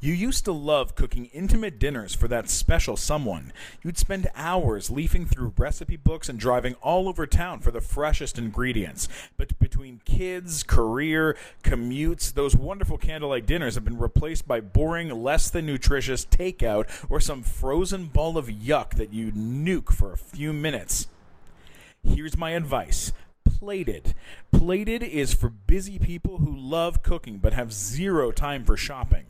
You used to love cooking intimate dinners for that special someone. You'd spend hours leafing through recipe books and driving all over town for the freshest ingredients. But between kids, career, commutes, those wonderful candlelight dinners have been replaced by boring, less than nutritious takeout or some frozen ball of yuck that you nuke for a few minutes. Here's my advice. Plated. Plated is for busy people who love cooking but have zero time for shopping.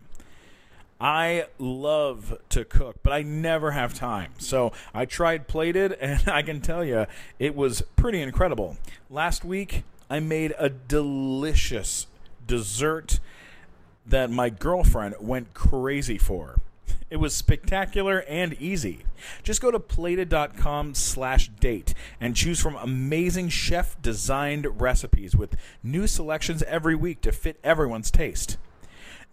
I love to cook, but I never have time. So I tried plated, and I can tell you it was pretty incredible. Last week, I made a delicious dessert that my girlfriend went crazy for. It was spectacular and easy. Just go to plated.com slash date and choose from amazing chef designed recipes with new selections every week to fit everyone's taste.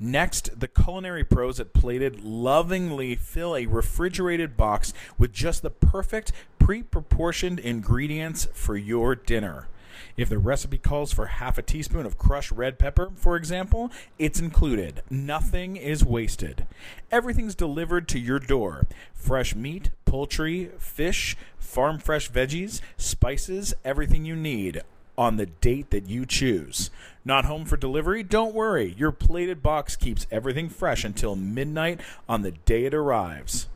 Next, the culinary pros at Plated lovingly fill a refrigerated box with just the perfect pre proportioned ingredients for your dinner. If the recipe calls for half a teaspoon of crushed red pepper, for example, it's included. Nothing is wasted. Everything's delivered to your door fresh meat, poultry, fish, farm fresh veggies, spices, everything you need on the date that you choose. Not home for delivery? Don't worry. Your plated box keeps everything fresh until midnight on the day it arrives.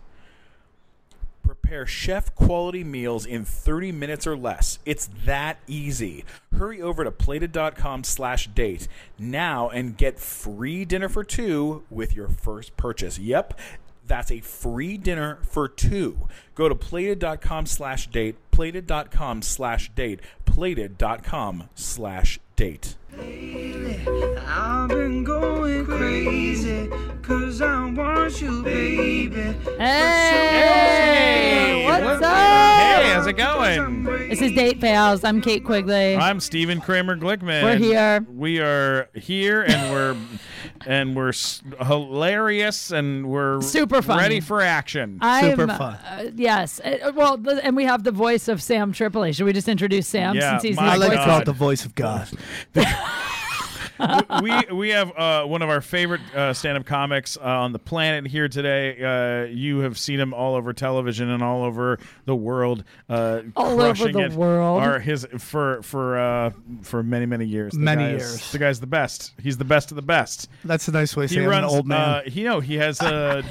Prepare chef quality meals in 30 minutes or less. It's that easy. Hurry over to plated.com slash date now and get free dinner for two with your first purchase. Yep, that's a free dinner for two. Go to plated.com slash date, plated.com slash date, plated.com slash date. Lately, I've been going crazy because I want you, baby. Hey, But someone- what's up? Hey, how's it going? This is Date Fails. I'm Kate Quigley. I'm Steven Kramer Glickman. We're here. We are here, and we're and we're s- hilarious, and we're Super funny. ready for action. I'm- Super fun. uh, yes. Uh, well, th- and we have the voice of Sam Tripoli. Should we just introduce Sam Yeah, since he's my not I like to God. call it the voice of God. we we have uh, one of our favorite uh, stand-up comics uh, on the planet here today. Uh, you have seen him all over television and all over the world. Uh, All over crushing the it. world. Are his for for uh, for many many years. The Many guy is- years. the guy's the best. He's the best of the best. That's a nice way to He say I'm an runs. old man. Uh, he no. He has uh,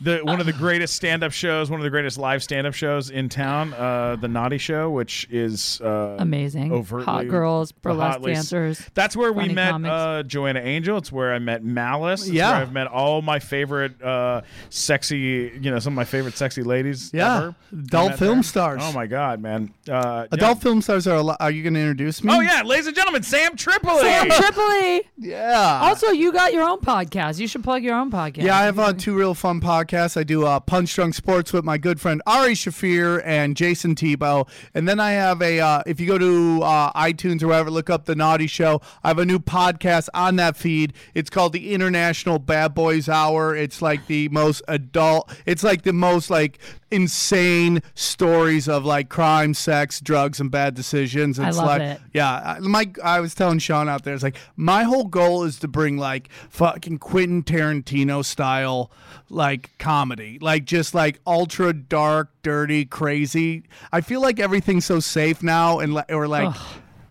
the one of the greatest stand-up shows, one of the greatest live stand-up shows in town, uh, the Naughty Show, which is uh, Amazing. Overtly, Hot girls, burlesque hotly s- dancers, That's where we funny met comics. uh, Joanna Angel. It's where I met Malice. It's Yeah. where I've met all my favorite uh, sexy, you know, some of my favorite sexy ladies. Yeah. ever. Adult I met film there. stars. Oh my god, man. Uh, Adult yeah. film stars are. A lot. Are you going to introduce me? Oh yeah, ladies and gentlemen, Sam Tripoli. Sam Tripoli. Yeah. Also, you got your own podcast. You should plug your own podcast. yeah, I have uh, two real fun podcasts. I do uh, Punch Drunk Sports with my good friend Ari Shafir and Jason Tebow, and then I have a. Uh, if you go to uh, iTunes or wherever, look up the Naughty Show. I have a new podcast on that feed. It's called the International Bad Boys Hour. It's like the most adult. It's like the most like insane stories of like crime, sex, drugs, and bad decisions. I It's love like, it. yeah, I- my I was telling Sean out there, it's like my whole goal is to bring like fucking Quentin Tarantino style like comedy, like just like ultra dark, dirty, crazy. I feel like everything's so safe now, and li- or like.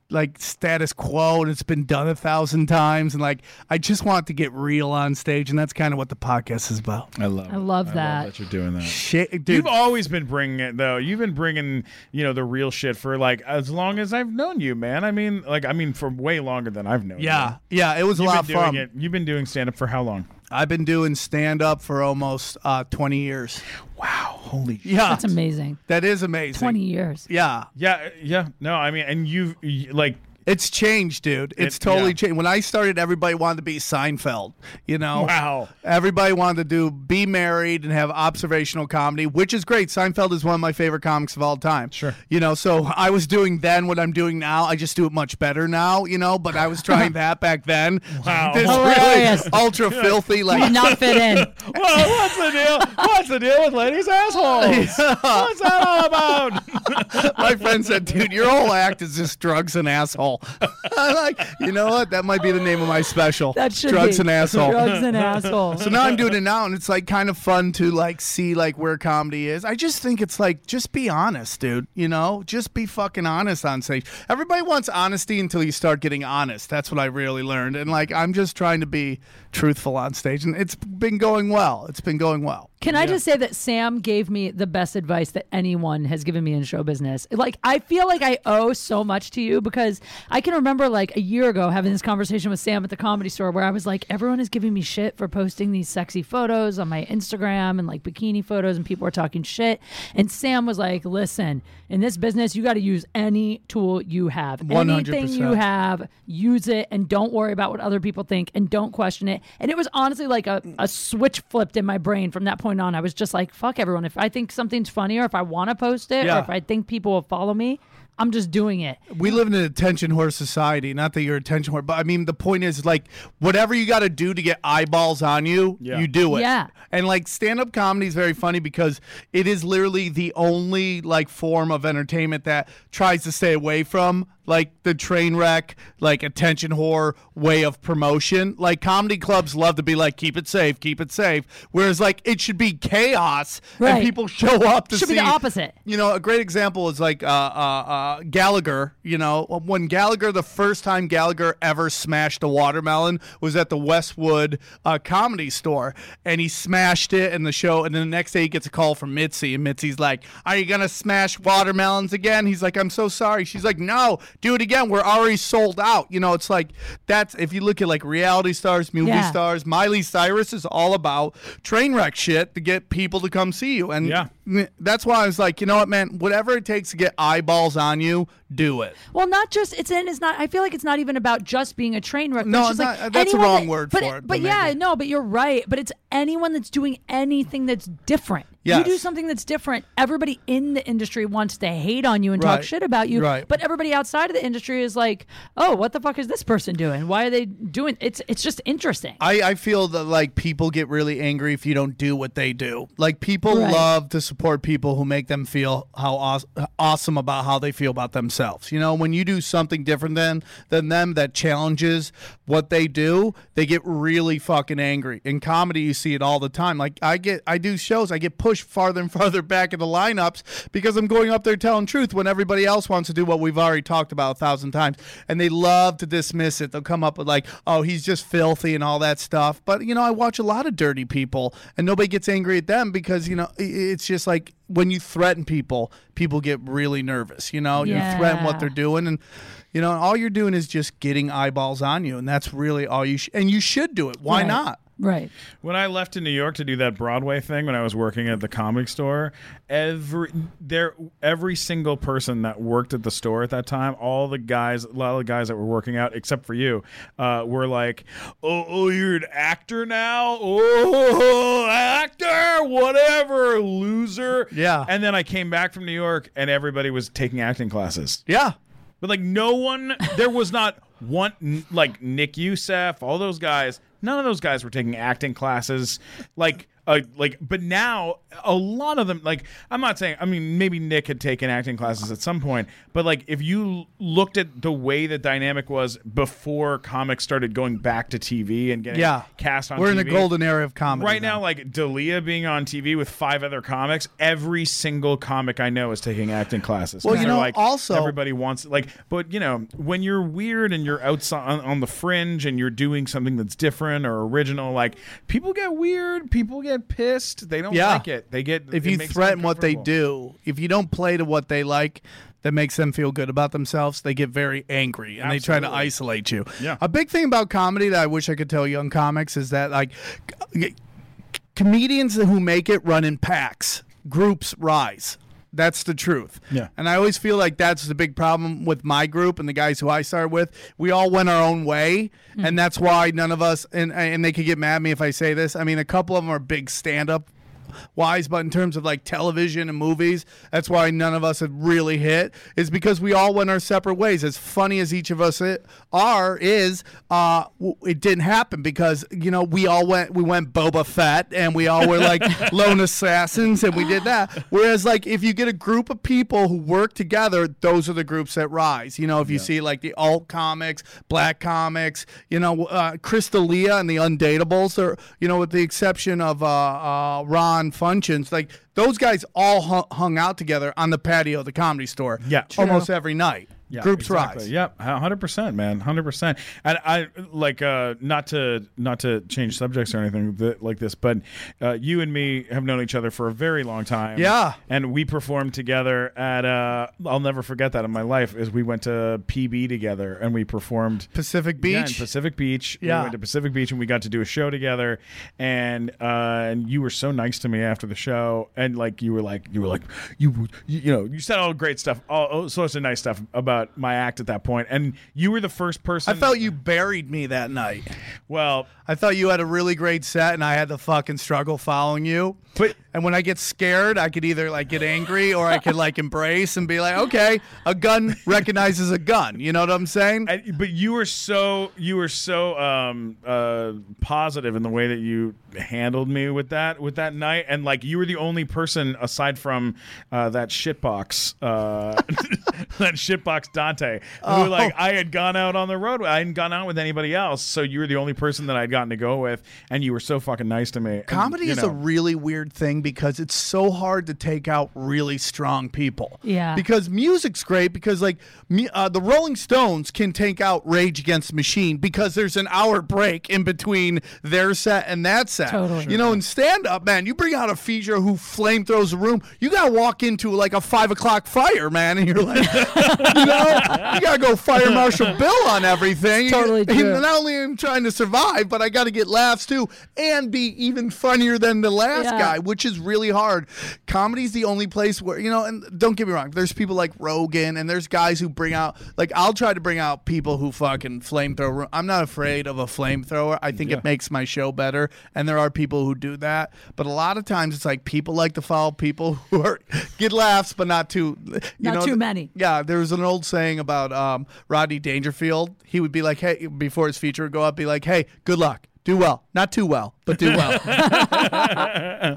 Like status quo, and it's been done a thousand times, and like I just want to get real on stage, and that's kind of what the podcast is about. I love. I love that. that you're doing that. Shit, dude, You've always been bringing it though. You've been bringing, you know, the real shit for like as long as I've known you, man. I mean, like, I mean, for way longer than I've known. yeah, um, yeah, it was you. a you've lot been of doing fun. it. You've been doing stand up for how long? I've been doing stand up for almost uh, twenty years. Wow, holy. Shit. Yeah, That's amazing. That is amazing. 20 years. Yeah. Yeah, uh, yeah. No, I mean, and you've y- like, It's changed, dude. It's It- totally yeah. changed. When I started, everybody wanted to be Seinfeld, you know? Wow. Everybody wanted to do be married and have observational comedy, which is great. Seinfeld is one of my favorite comics of all time. Sure. You know, so I was doing then what I'm doing now. I just do it much better now, you know, but I was trying that back then. Wow. This Hilarious. really ultra filthy, You like, did not fit in. well, what's the deal? What's the deal with ladies' assholes? What's that all about? my friend said, dude, your whole act is just drugs and assholes. asshole. I'm like, you know what? That might be the name of my special. That should drugs be. and asshole. Drugs and asshole. So now I'm doing it now, and it's like kind of fun to like see like where comedy is. I just think it's like just be honest, dude. You know, just be fucking honest on stage. Everybody wants honesty until you start getting honest. That's what I really learned, and like I'm just trying to be truthful on stage, and it's been going well. It's been going well. Can I just say that Sam gave me the best advice that anyone has given me in show business? Like, I feel like I owe so much to you because I can remember like a year ago having this conversation with Sam at the comedy store where I was like, everyone is giving me shit for posting these sexy photos on my Instagram and like bikini photos, and people are talking shit. And Sam was like, listen, in this business, you got to use any tool you have. Anything you 100%. have have, use it, and don't worry about what other people think and don't question it. And it was honestly like a, a switch flipped in my brain from that point on. I was just like, fuck everyone. If I think something's funny or if I want to post it Yeah. or if I think people will follow me, I'm just doing it. We live in an attention whore society. Not that you're attention whore, but I mean the point is like whatever you got to do to get eyeballs on you, Yeah. you do it. Yeah. And like stand up comedy is very funny because it is literally the only like form of entertainment that tries to stay away from like the train wreck, like attention whore way of promotion. Like comedy clubs love to be like keep it safe, keep it safe. Whereas like it should be chaos Right. and people show up to Should be see the opposite. you know, a great example is like uh, uh, uh, Gallagher. You know, when Gallagher, the first time Gallagher ever smashed a watermelon was at the Westwood uh, Comedy Store, and he smashed it in the show. And then the next day, he gets a call from Mitzi, and Mitzi's like, "Are you gonna smash watermelons again?" He's like, "I'm so sorry." She's like, "No, do it again. We're already sold out." You know, it's like that's if you look at like reality stars, movie Yeah. stars. Miley Cyrus is all about train wreck shit to get people to come see you, and Yeah. Mm, that's why I was like, you know what, man? Whatever it takes to get eyeballs on you, do it. Well, not just it's in. It's not. I feel like it's not even about just being a train wreck. but No, it's just not- like that's the anyone wrong that- word but for it, But but yeah, maybe. no, but you're right. But it's anyone that's doing anything that's different. You Yes. do something that's different. Everybody in the industry wants to hate on you and talk Right. shit about you. Right. But everybody outside of the industry is like, oh, what the fuck is this person doing? Why are they doing? It's it's just interesting. I, I feel that like people get really angry if you don't do what they do. Like people Right. love to support people who make them feel how aw- awesome about how they feel about themselves. You know, when you do something different than than them that challenges what they do, they get really fucking angry. In comedy, you see it all the time. Like I get, I do shows, I get pushed farther and farther back in the lineups because I'm going up there telling truth when everybody else wants to do what we've already talked about a thousand times, and they love to dismiss it. They'll come up with like, "Oh, he's just filthy" and all that stuff. But you know, I watch a lot of dirty people, and nobody gets angry at them because you know i- it's just like when you threaten people, people get really nervous. You know, you threaten what Yeah. they're doing, and you know, all you're doing is just getting eyeballs on you, and that's really all you sh- and you should do it. Why Right. not? Right. When I left to New York to do that Broadway thing when I was working at the comic store, every there every single person that worked at the store at that time, all the guys, a lot of the guys that were working out, except for you, uh, were like, "Oh, oh, you're an actor now? Oh, actor, whatever, loser." Yeah. And then I came back from New York, and everybody was taking acting classes. Yeah. But like no one, there was not one n- like Nick Youssef, all those guys. None of those guys were taking acting classes. Like, uh, like, but now a lot of them. Like, I'm not saying. I mean, maybe Nick had taken acting classes at some point. But like, if you l- looked at the way the dynamic was before comics started going back to TV and getting Yeah. cast on, We're in the TV, golden era of comedy. Right now, like Dalia being on TV with five other comics, every single comic I know is taking acting classes. Well, 'Cause you they're know, like, also- everybody wants like, but you know, when you're weird and you're outside on, on the fringe and you're doing something that's different or original, like people get weird, people get pissed, they don't Yeah. like it, they get if it you makes them threaten what they uncomfortable. do, if you don't play to what they like, that makes them feel good about themselves, they get very angry and they try to Absolutely. isolate you. Yeah. A big thing about comedy that I wish I could tell young comics is that like c- comedians who make it run in packs, groups rise. That's the truth. Yeah. And I always feel like that's the big problem with my group and the guys who I started with. We all went our own way, and that's why none of us and and they could get mad at me if I say this. I mean, a couple of them are big stand up wise, but in terms of like television and movies, that's why none of us have really hit. Is because we all went our separate ways. As funny as each of us i- are, is uh, w- it didn't happen because you know we all went we went Boba Fett and we all were like lone assassins and we did that. Whereas like if you get a group of people who work together, those are the groups that rise. You know, if you see like the alt comics, black comics, you know, uh, Crystalia and the Undateables, or you know, with the exception of uh, uh, Ron Funchins, like those guys all hung, hung out together on the patio of the comedy store. Yeah. almost every night. Yeah, groups exactly. rise. Yep, hundred percent, man, hundred percent. And I like uh, not to not to change subjects or anything th- like this, but uh, you and me have known each other for a very long time. Yeah. and we performed together at. Uh, I'll never forget that in my life. Is we went to PB together and we performed Pacific Yeah, in Beach. Pacific Beach. Yeah. we went to Pacific Beach and we got to do a show together. And uh, and you were so nice to me after the show, and like you were like you were like you you, you know you said all great stuff, all, all sorts of nice stuff about my act at that point. And you were the first I person. felt you buried me that night. well. I thought you had a really great set, and I had the fucking struggle following you. But- and when I get scared, I could either like get angry or I could like embrace and be like, okay, a gun recognizes a gun. You know what I'm saying? And, but you were so you were so um, uh, positive in the way that you handled me with that with that night, and like you were the only person aside from uh, that shitbox uh, that shitbox Dante who Oh. like I had gone out on the road. I hadn't gone out with anybody else, so you were the only person that I'd gotten to go with, and you were so fucking nice to me. And, Comedy you is a know, really weird thing because it's so hard to take out really strong people. Yeah. Because music's great because like me, uh, the Rolling Stones can take out Rage Against the Machine because there's an hour break in between their set and that set. Totally. You know, in stand up, man, you bring out a feature who flame throws a room. You gotta walk into like a five o'clock fire, man, and you're like, you know, you gotta go fire marshal Bill on everything. Totally And true. not only am I trying to survive, but I got to get laughs too and be even funnier than the last Yeah. guy, which is really hard. Comedy's the only place where, you know, and don't get me wrong, there's people like Rogan and there's guys who bring out, like, I'll try to bring out people who fucking flamethrower. I'm not afraid of a flamethrower. I think it makes my show better. And there are people who do that. But a lot of times it's like people like to follow people who are, get laughs, but not too, you Not know, too th- many. yeah, there was an old saying about um, Rodney Dangerfield. He would be like, hey, before his feature would go up, be like, hey, good luck. Do well. Not too well, but do well.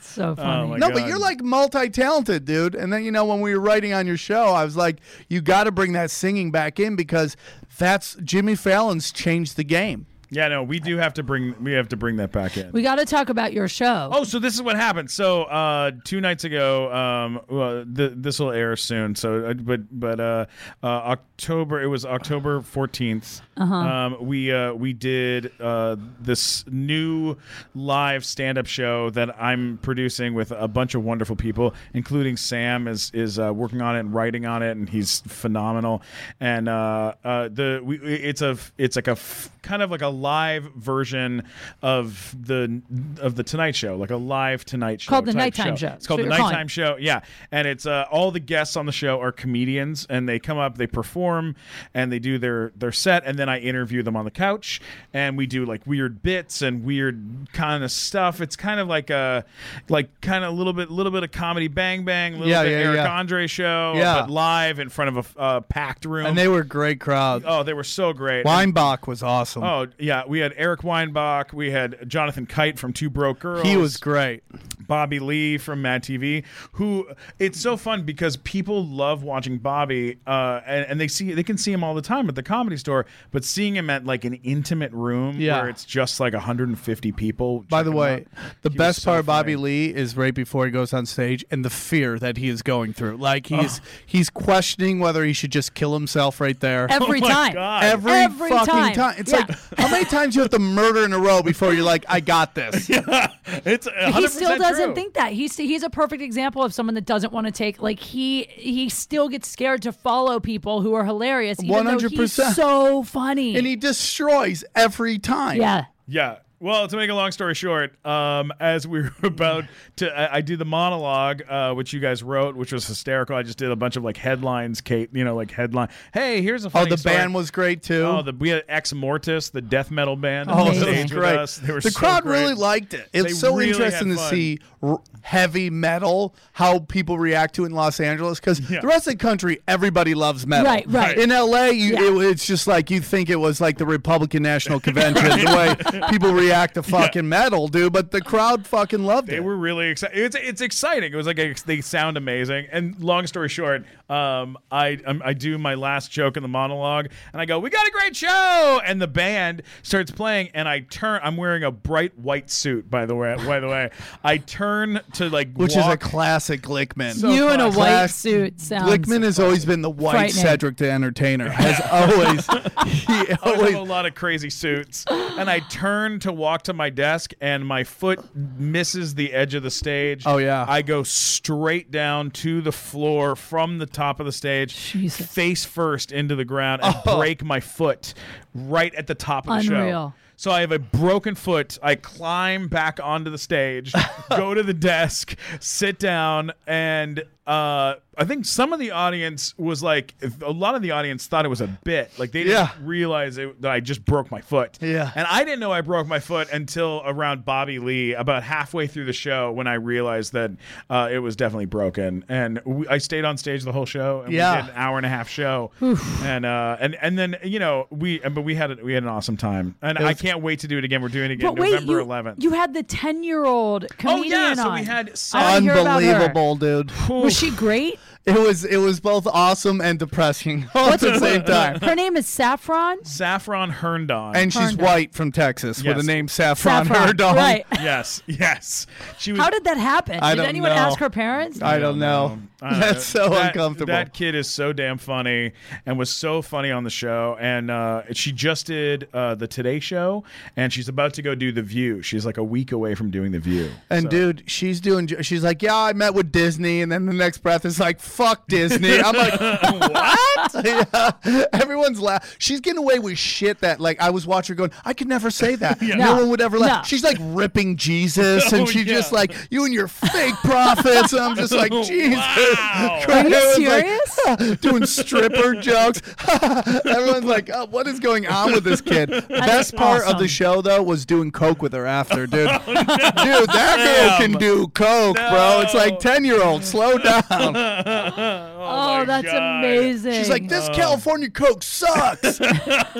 So funny. Oh my no, but God. you're like multi talented, dude. And then, you know, when we were writing on your show, I was like, you got to bring that singing back in because that's Jimmy Fallon's changed the game. yeah, no, we do have to bring we have to bring that back in. we got to talk about your show. Oh, so this is what happened. So uh, two nights ago, um, well, th- this will air soon. So, uh, but but uh, uh, October it was October 14th Um, we uh, we did uh, this new live stand up show that I'm producing with a bunch of wonderful people, including Sam is is uh, working on it and writing on it, and he's phenomenal. And uh, uh, the we it's a it's like a f- kind of like a live version of the of the Tonight Show, like a live Tonight Show Called the type Nighttime Show. It's called That's the what you're Nighttime calling it. Show show. Yeah, and it's uh, all the guests on the show are comedians, and they come up, they perform, and they do their their set, and then I interview them on the couch, and we do like weird bits and weird kind of stuff. It's kind of like a like kind of a little bit little bit of comedy Bang Bang, little Yeah, bit yeah, Eric yeah. Andre show, Yeah. but live in front of a uh, packed room. And they were a great crowd. oh, they were so great. Weinbach was awesome. Oh yeah, we had Eric Weinbach, we had Jonathan Kite from Two Broke Girls. he was great. Bobby Lee from Mad TV, who it's so fun because people love watching Bobby, uh, and, and they see they can see him all the time at the comedy store, but seeing him at like an intimate room Yeah. where it's just like 150 people. By the checking way, him out, the he was best so part of Bobby funny. Lee is right before he goes on stage and the fear that he is going through. Like he's he's questioning whether he should just kill himself right there. every Oh my time. God. Every Every fucking time. time. It's Yeah. like how many times you have to murder in a row before you're like, I got this. it's He still 100% doesn't true. think that. He's he's a perfect example of someone that doesn't want to take like he he still gets scared to follow people who are hilarious. One hundred 100%. So funny. And he destroys every time. yeah. Yeah, Well, to make a long story short, um, as we were about to, I, I did the monologue, uh, which you guys wrote, which was hysterical. I just did a bunch of like headlines, Kate, you know, like headline. Hey, here's a Oh, funny the story. band was great too. Oh, the, we had Ex Mortis, the death metal band. Oh, on that stage was with great. us. They were the so crowd great. really liked it. It's They so really interesting had to fun. see r- heavy metal, how people react to it in Los Angeles, because Yeah. the rest of the country, everybody loves metal. Right, right. In LA, you, Yeah. it- it's just like you think it was like the Republican National Convention, the way people react to fucking metal, dude. But the crowd fucking loved They it. were really excited. It's, it's exciting. It was like ex- they sound amazing. And long story short, um, I um, I do my last joke in the monologue, and I go, "We got a great show!" And the band starts playing, and I turn. I'm wearing a bright white suit, by the way. By the way, I turn to like which is a walk- classic Glickman. So you in a class- white class- suit sounds. Glickman has always been the white Frightening. Cedric the Entertainer. Has always, he I always always have a lot of crazy suits. And I turn to walk to my desk, and my foot misses the edge of the stage. Oh, yeah. I go straight down to the floor from the top of the stage, Jesus. face first into the ground, and Oh. break my foot right at the top of the Unreal. show. So I have a broken foot. I climb back onto the stage, go to the desk, sit down, and uh, I think some of the audience was like, a lot of the audience thought it was a bit. Like they Yeah. didn't realize it, that I just broke my foot. Yeah. and I didn't know I broke my foot until around Bobby Lee, about halfway through the show, when I realized that uh, it was definitely broken. And we, I stayed on stage the whole show. And Yeah. we did an hour and a half show. And uh, and and then you know we but we had a, we had an awesome time, and I can't wait to do it again. We're doing it again But wait, November you, 11th. you had the ten-year-old oh comedian yeah, so on. Um, we had some. I wanna hear about her. unbelievable, dude. Was she great? It was it was both awesome and depressing all at the same time. Her name is Saffron. Saffron Herndon. And she's Herndon. white from Texas with Yes. the name Saffron, Herndon. Right. yes, yes, she was. How did that happen? I did don't anyone know. ask her parents? I don't know. I don't That's know. so That- uncomfortable. That kid is so damn funny and was so funny on the show. And uh, she just did uh, the Today Show, and she's about to go do the View. She's like a week away from doing the View. and So- dude, she's doing. She's like, yeah, I met with Disney, and then the next breath is like, fuck Disney. I'm like, what? Yeah. Everyone's laughing. She's getting away with shit that like I was watching her going, I could never say that. No, No. one would ever laugh. No. She's like ripping Jesus, Oh, and she's yeah. just like, you and your fake prophets. And I'm just like, Jesus. Wow. Christ." Are you I was like, "Ah, serious? Oh, doing stripper jokes. Everyone's like, oh, what is going on with this kid? Best part of awesome. the Oh, show, though, was doing coke with her after, dude. Dude, that girl Damn. can do coke, bro. It's like No. 10 year old, slow down. Oh, my that's God. amazing. She's like, this California coke sucks. you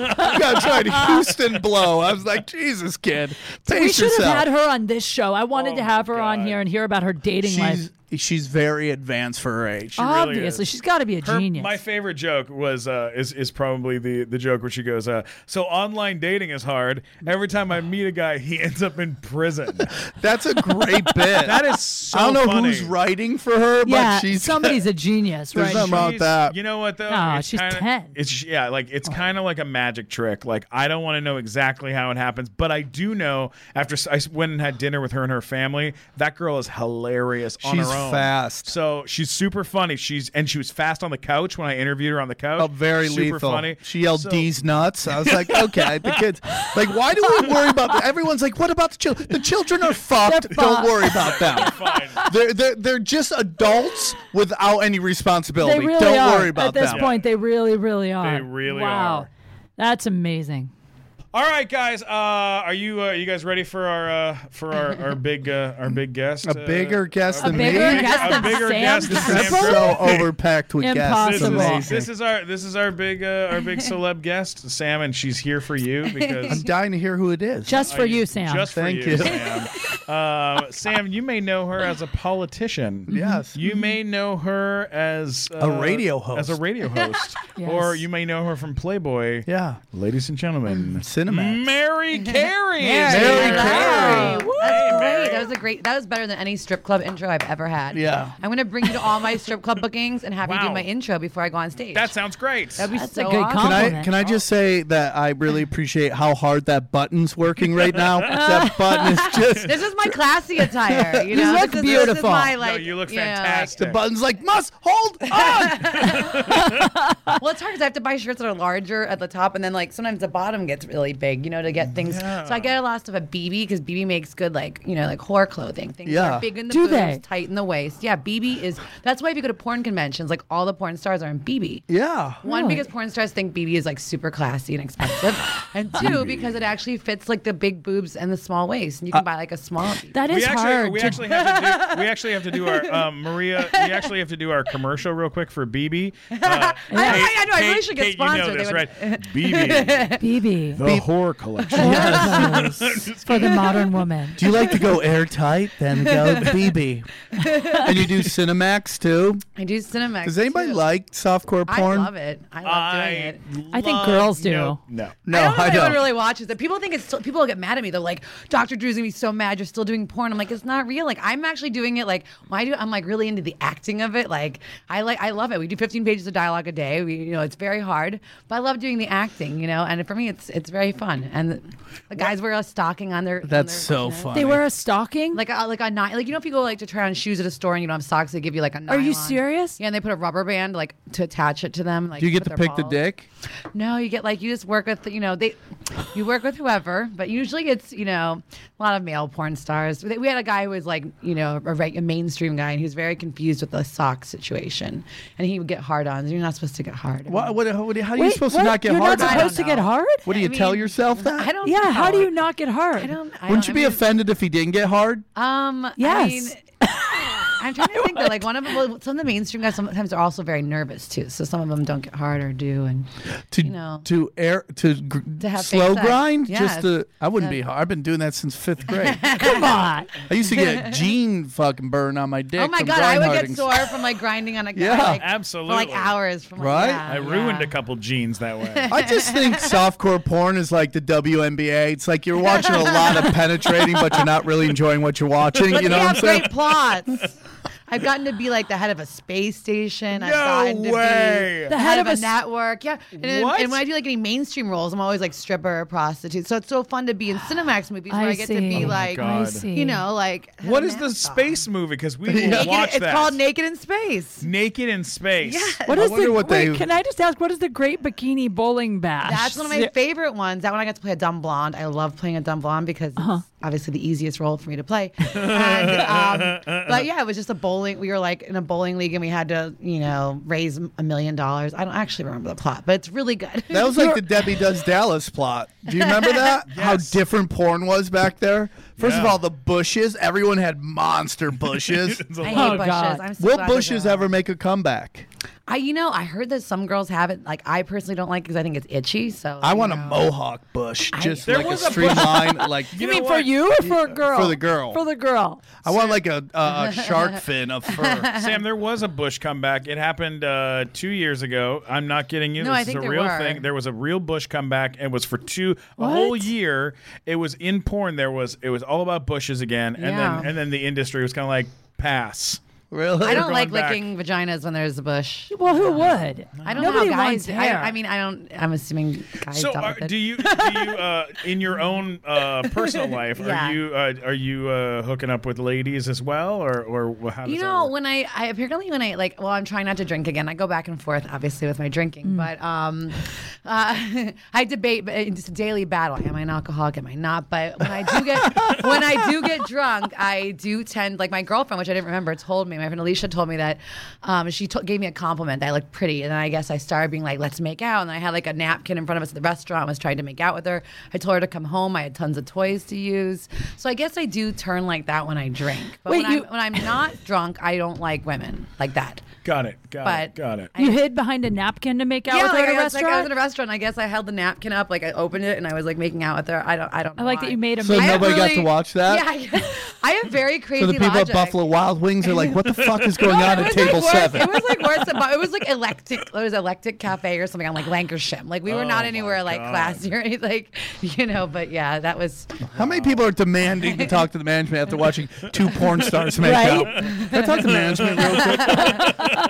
gotta try to Houston blow. I was like, Jesus, kid. Pace we should yourself. have had her on this show. I wanted Oh to have my her on God. here and hear about her dating life. Uh, she's, she's very advanced for her age. really Obviously, is. she's got to be a Her- genius. My favorite joke was uh, is is probably the the joke where she goes, uh, "So online dating is hard. Every time I meet a guy, he ends up in prison." That's a great bit. That is so. I don't know funny. who's writing for her, yeah, but she's somebody's a genius, There's right? no mo- about She's- that. You know what though? No, she's Oh. kinda, 10. It's yeah, like it's kind of like a magic trick. Like I don't want to know exactly how it happens, but I do know. After s- I s- went and had dinner with her and her family, that girl is hilarious on She's her own. fast. So she's super funny. She's and she was fast on the couch when I interviewed her on the couch. Oh, very super lethal. funny. She yelled So- D's nuts. I was like, okay, the kids. Like, why do we worry about? The, everyone's like, what about the children? The children are fucked. They're Don't fucked. worry about them. Fine. They're, they're they're just adults without any responsibility. they really Don't are. worry about At this them. point, they really, really are. really wow. are. That's amazing. All right, guys. Uh, are you uh, are you guys ready for our uh, for our, our big uh, our big guest? A bigger guest a than bigger me. guest A than bigger Sam guest than That's Sam Tripoli? so overpacked with guests. It's Impossible. amazing. This is our this is our big uh, our big celeb guest, Sam, and she's here for you I'm because dying to hear who it is. Just for you, Sam. Just for Thank you, you. Sam. Uh, Sam, you may know her as a politician. Yes. Mm-hmm. You may know her as uh, A radio as host. a radio host, Yes. or you may know her from Playboy. yeah, Ladies and gentlemen, Cinemax. Mary Carey. is Mary here. Carey. Hello. That's great. That was a great. That was better than any strip club intro I've ever had. Yeah. I'm gonna bring you to all my strip club bookings and have you do Wow. my intro before I go on stage. That sounds great. That'd be That's so a good awesome. Can I Compliment. can I just say that I really appreciate how hard that button's working right now? that button is just This is my classy attire. You, know? look this is, This is beautiful. my, No, like, you look know, like- fantastic. the button's like must hold on. well, it's hard because I have to buy shirts that are larger at the top, and then like sometimes the bottom gets really big, you know, to get things. So I get a lot of a BB because BB makes good like you know like whore clothing things. that Yeah. are big in the Do boobs, they? tight in the waist. Yeah, BB is. That's why if you go to porn conventions, like all the porn stars are in BB. yeah. One because porn stars think BB is like super classy and expensive, and two because it actually fits like the big boobs and the small waist, and you can buy like a small. BB. That is we actually, hard. We to- actually have to do. We actually have to do our um, Maria. We actually have to do our commercial real quick for BB. Uh, I- I know, I really should get Kate, sponsored. You They know this, would- right? BB, BB. the horror collection. for the modern woman. Do you like to go airtight? Then go BB. and you do Cinemax too. I do Cinemax. Does anybody too. like softcore porn? I love it. I love doing I, it. I think love- girls do. No, no. No, I don't know I don't. if anyone really watches it. People think it's still, people get mad at me. They're like, "Dr. Drew's gonna be so mad. You're still doing porn." I'm like, "It's not real. Like, I'm actually doing it. Like, why do I'm like really into the acting of it. Like, I like I love it. We do 15 pages of dialogue a day. We, you know, it's very hard, but I love doing the acting. You know, and for me, it's it's very fun. And the, the guys wear a stocking on their. on That's their- so you know? funny. They wear a stocking? Like a, like a ni- like you know if you go like to try on shoes at a store and you don't have socks they give you like a nylon. you serious? Yeah, and they put a rubber band like to attach it to them. Like do you get to with their pick the balls. dick? No, you get like you just work with you know they, you work with whoever, but usually it's you know a lot of male porn stars. We we had a guy who was like you know a, reg- a mainstream guy, and he was very confused with the sock situation, and he would get hard ons. You're not supposed to get hard. What, what, how, how are you Wait, supposed what? to not get You're hard? not on? supposed to I don't get know. hard? what do I you tell mean, yourself that? I don't. Yeah, how do know. you not get hard? I don't. I Wouldn't don't- you I be mean, offended if he didn't get hard? Um. I Yes. mean, I'm trying to think that like one of them, well, some of the mainstream guys sometimes are also very nervous too. So some of them don't get hard or do, and to you know. to air to, gr- To have slow fake sex. grind. Just Yes. to I wouldn't be hard. I've been doing that since fifth grade. I Come on. used to get gene fucking burn on my dick. oh my from god, I would grindharding. get sore from like grinding on a guy. Yeah. like, Absolutely. For like hours from like, Right? yeah, I ruined Oh, a yeah. couple jeans that way. I just think softcore porn is like the WNBA. It's like you're watching a lot of penetrating, but you're not really enjoying what you're watching. But You know they what I'm have saying? great plots. I've gotten to be like the head of a space station. I've No gotten to way. be The the head head of a of a s- network. Yeah. And, then- What? and when I do like any mainstream roles, I'm always like stripper or prostitute. So it's so fun to be in Cinemax movies where I, I get see. to Oh my be like, God. I see. you know, like. head What of is the Mastodon. space movie? Because we will Naked, watch it's that. called Naked in Space. Naked in Space. Yes. What I is the wonder what wait, they- Can I just ask what is the Great Bikini Bowling Bash? That's one of my favorite ones. That one I got to play a dumb blonde. I love playing a dumb blonde because it's obviously the easiest role for me to play. And, um, but yeah, it was just a bowling. We were like in a bowling league and we had to, you know, raise a million dollars. I don't actually remember the plot, but it's really good. That was like the Debbie Does Dallas plot. Do you remember that? How different porn was back there. First of Yeah. all, the bushes. Everyone had monster bushes. It's a I lot. hate Oh, bushes. God. I'm so Will glad they're bushes gone. ever make a comeback? I, you know, I heard that some girls have it. Like I personally don't like because I think it's itchy. So I you want a know. mohawk bush, just There like a was a bush- streamline. like You, know mean for what? you or for a girl? For the girl. For the girl. I want like a, a, a shark fin of fur. Sam, there was a Bush comeback. It happened uh, two years ago. I'm not kidding you. No, this I is think a there real were. thing. There was a real Bush comeback. It was for two a What? whole year. It was in porn. There was it was all about bushes again, and Yeah. then and then the industry was kind of like pass. Really? I don't going like back. licking vaginas when there's a bush. Well, who would? I don't Nobody know how wants guys. I, hair. I mean, I don't. I'm assuming guys So dealt are, with it. do you do you uh, in your own uh, personal life Yeah. are you uh, are you uh, hooking up with ladies as well or or how does You that know, work? when I, I apparently when I like, well, I'm trying not to drink again. I go back and forth, obviously, with my drinking, but um, uh, I debate. But it's a daily battle. Am I an alcoholic? Am I not? But when I do get when I do get drunk, I do tend like my girlfriend, which I didn't remember, told me. My friend Alicia told me that um, she to- gave me a compliment that I looked pretty, and then I guess I started being like, let's make out. And then I had like a napkin in front of us at the restaurant. was trying to make out with her. I told her to come home. I had tons of toys to use. So I guess I do turn like that when I drink. But Wait, when you- I'm, when I'm not drunk, I don't like women like that. Got it. Got But it. Got it. You hid behind a napkin to make out with her like at a I was, like, I was restaurant. at a restaurant. I guess I held the napkin up, like I opened it, and I was like making out with her. I don't, I don't. I know like that why. you made a So move. have Nobody got to watch that? Yeah, I, guess. I have very crazy. So the people logic. at Buffalo Wild Wings are like, what the fuck is going on It at was, table like worse, seven? it was like worse than bu- it was like electric it was electric cafe or something on like Lancashire. Like we were Oh not anywhere like classy or anything like you know, but yeah, that was How many people are demanding to talk to the management after watching two porn stars make Right? out? Can I talk to management real quick?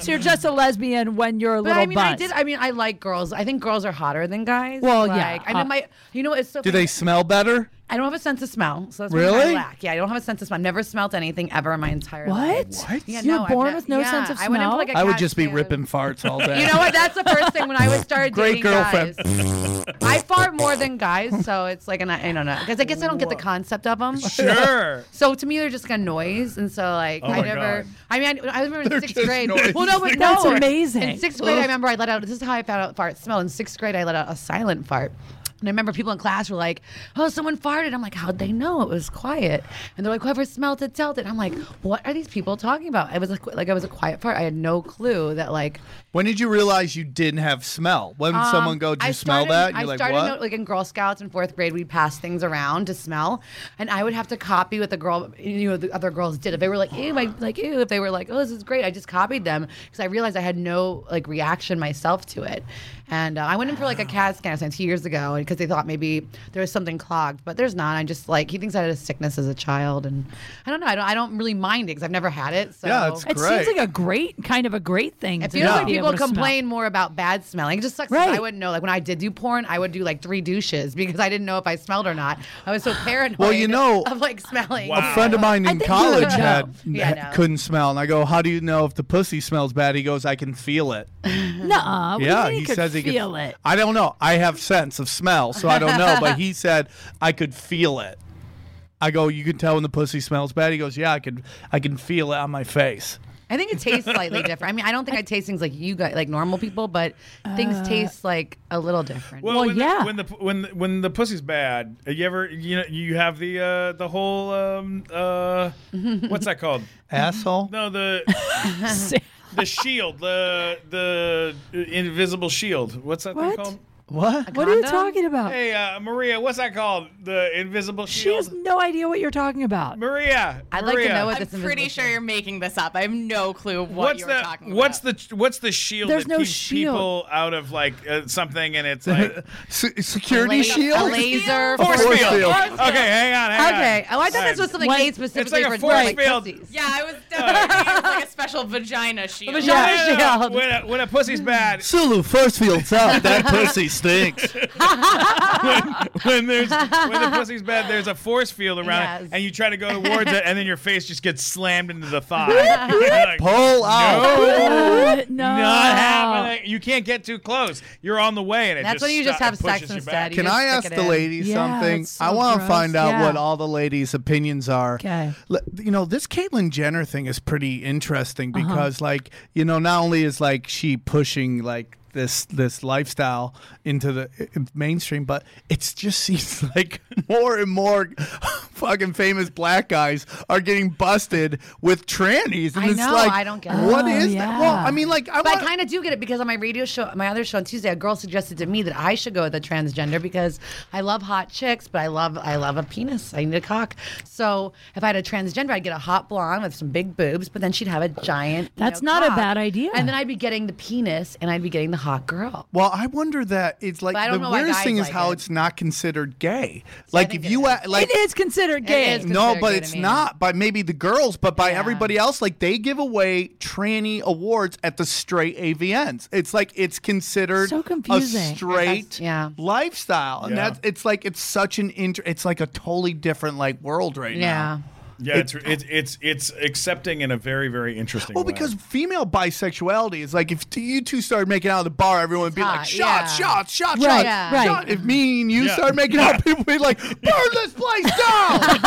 So you're just a lesbian when you're a but little I mean I butt. did I mean I like girls. I think girls are hotter than guys. Well, yeah, like, I hot- mean my you know it's so Uh, Do funny. they smell better? I don't have a sense of smell. So that's what I Really? lack. Yeah, I don't have a sense of smell. I've never smelt anything ever in my entire life. What? What? Yeah, You're no, I've born ne- with no yeah, sense of I went into, smell? like, a I would cat just be scan. ripping farts all day. You know what? That's the first thing when I was started Great dating girlfriend. guys. I fart more than guys, so it's like an I don't know because I guess I don't get the concept of them. Sure. So to me, they're just kind of noise, and so like I my never. God. I mean, I, I remember in sixth grade. noise. Well, no, but no, That's amazing. In sixth grade, I remember I let out. This is how I found out farts smell. In sixth grade, I let out a silent fart. And I remember people in class were like, "Oh, someone farted." I'm like, "How'd they know it was quiet?" And they're like, "Whoever smelled it, told it." I'm like, "What are these people talking about?" It was like, like I was a quiet fart. I had no clue that like When did you realize you didn't have smell? When someone um, go, "Do I you smell started- that?" And I you're like, started "What?" no- like in Girl Scouts in fourth grade, we'd pass things around to smell, and I would have to copy what the girl, you know, the other girls did. If they were like, "Ew," I, like "Ew," if they were like, "Oh, this is great," I just copied them because I realized I had no like reaction myself to it. And uh, I went in for like a CAT scan since years ago because they thought maybe there was something clogged, but there's not. I just like he thinks I had a sickness as a child, and I don't know. I don't. I don't really mind it because I've never had it. So Yeah, it's It Great. seems like a great kind of a great thing. it to feels not like be people able to smell. complain more about bad smelling. It just sucks. 'cause Right. I wouldn't know. Like when I did do porn, I would do like three douches because I didn't know if I smelled or not. I was so paranoid. Well, you know, of like smelling. A friend of mine I in think you would college know. had Yeah, I know. couldn't smell, and I go, "How do you know if the pussy smells bad?" He goes, "I can feel it." Nuh-uh. What do you yeah, mean he could says he feel could, it. I don't know. I have sense of smell, so I don't know. but he said I could feel it. I go, "You can tell when the pussy smells bad." He goes, "Yeah, I could. I can feel it on my face." I think it tastes slightly different. I mean, I don't think I taste things like you guys, like normal people, but things taste like a little different. Well, Well, when yeah. The, when the when the, when the pussy's bad, uh, you ever you know you have the uh, the whole um, uh, what's that called? Mm-hmm. Asshole. No, the the shield, the the invisible shield. What's that What? thing called? What? what are you Condom? talking about? Hey, uh, Maria, what's that called? The invisible She shield. has no idea what you're talking about. Maria, I'd like to Maria, know what I'm this pretty invisible sure thing- you're making this up. I have no clue what what's you're the talking what's about. the what's the shield There's that no keeps shield. people out of like uh, something and it's like Se- security La- shield. A laser. A force force- field. okay, hang on, hang on. Okay. Oh, I thought this All was right. something When- made it's It's specifically like a for force like field. pussies. Yeah, I was definitely thinking it was like a special vagina shield. vagina- No, no, no, shield. When a, when a pussy's bad, Sulu force field's up. That pussy stinks. when there's when the pussy's bad, there's a force field around Yes. it, and you try to go towards it, and then your face just gets slammed into the thigh. You're like, Pull out. Uh, no. Not happening. You can't get too close. You're on the way, and it That's just when you just sto- have it pushes sex you instead. back. You Can just I stick ask it the in. ladies Yeah, something? that's I so want to gross. find out Yeah. what all the ladies' opinions are. 'Kay. L- You know, this Caitlyn Jenner thing is pretty interesting because, like, you know, not only is like she pushing like this this lifestyle into the uh, mainstream, but it's just seems like more and more fucking famous black guys are getting busted with trannies, and I it's know, like, I don't get it. what Oh, is that? Well, yeah. I mean, like, I But want- I kind of do get it because on my radio show, my other show on Tuesday, a girl suggested to me that I should go with a transgender because I love hot chicks, but I love I love a penis. I need a cock. So if I had a transgender, I'd get a hot blonde with some big boobs, but then she'd have a giant. you That's know, not a cock. bad idea. And then I'd be getting the penis, and I'd be getting the hot girl. Well, I wonder that it's like But I don't the know why weirdest guys thing is like how it. it's not considered gay. like think if it you is. a- like It is considered gay. is no, considered but gay to it's me. not by maybe the girls, but by Yeah. everybody else. Like they give away tranny awards at the straight AVNs. It's like it's considered So a confusing. straight Yeah. lifestyle, and Yeah. that's it's like it's such an inter- it's like a totally different like world right now. Yeah. Yeah, it's, it's it's it's accepting in a very very interesting. Well, way. because female bisexuality is like if t- you two started making out at the bar, everyone would be like, hot, shots, yeah. shots, shots, Right, shots. yeah. right. shot." If me and you Yeah. start making out, people would be like, burn this place down.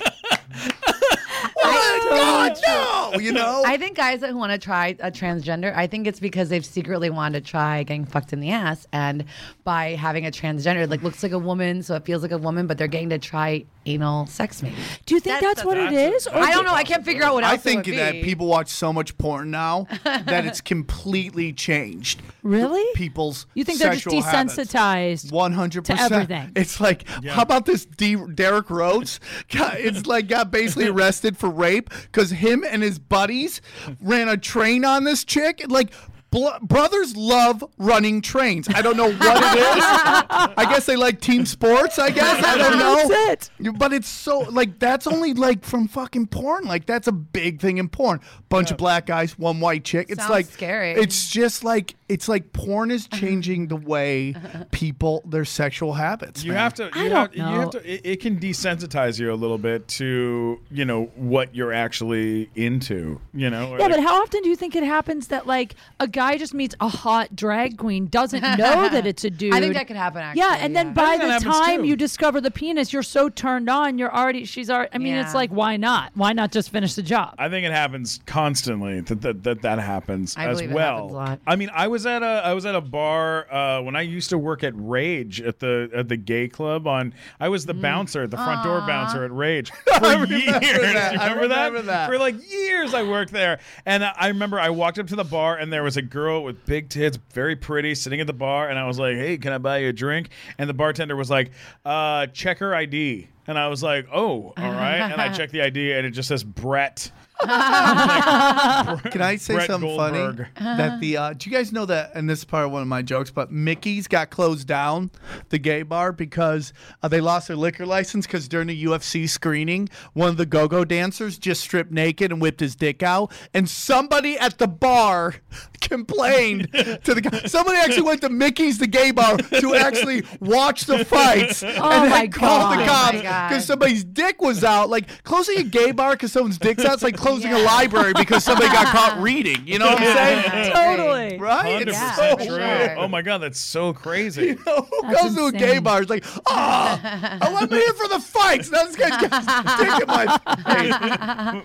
Oh what? God, no. You know? I think guys that who want to try a transgender, I think it's because they've secretly wanted to try getting fucked in the ass, and by having a transgender, it, like looks like a woman, so it feels like a woman, but they're getting to try anal sex, maybe. Do you think That's- that's, what it is? Or I do- don't know. I can't figure out what else. I it think would that be. people watch so much porn now that it's completely changed Really? people's. You think they're just sexual habits. desensitized? One hundred to percent. everything. It's like, how about this D- Derek Rhodes? Got, it's like got basically arrested for rape because him and his buddies ran a train on this chick. Like. Bl- brothers love running trains. I don't know what it is. I guess they like team sports. I guess I don't know. That's You- But it's so like that's only like from fucking porn. Like that's a big thing in porn. Bunch of black guys, one white chick. It's Sounds like scary. It's just like it's like porn is changing the way people their sexual habits. You man. have to. You I have, don't You have know. to. It, it can desensitize you a little bit to you know what you're actually into. You know. Yeah, but how often do you think it happens that like a guy just meets a hot drag queen, doesn't know that it's a dude? I think that could happen. Actually, yeah, and then I by think the that happens, time too. you discover the penis, you're so turned on, you're already she's already. I mean, it's Yeah. like why not? Why not just finish the job? I think it happens constantly that that that, that happens I as believe it well. happens a lot. I mean, I was at a I was at a bar uh, when I used to work at Rage at the at the gay club on I was the Mm. bouncer, the front door bouncer at Rage for years. that. You I remember, that? remember that. For like years I worked there. And I- I remember I walked up to the bar and there was a girl with big tits, very pretty, sitting at the bar and I was like, "Hey, can I buy you a drink?" And the bartender was like, "Uh, check her ID." And I was like, "Oh, all right." And I checked the ID and it just says Brett. Can I say Brett something Goldberg. funny? That the uh, do you guys know that? And this is part of one of my jokes, but Mickey's got closed down the gay bar because uh, they lost their liquor license because during the UFC screening, one of the go-go dancers just stripped naked and whipped his dick out, and somebody at the bar complained to the guy. Somebody actually went to Mickey's the gay bar to actually watch the fights Oh and my then called the God. cops Oh my God. because somebody's dick was out. Like closing a gay bar because someone's dick's out. It's like closing a library because somebody got caught reading. You know what I'm saying? totally. Right? Hundred It's Yeah, so percent true. weird. Oh my god, that's so crazy. Who goes to a gay insane. bar? It's like, oh, I want me here for the fights. Now this guy's got his dick in my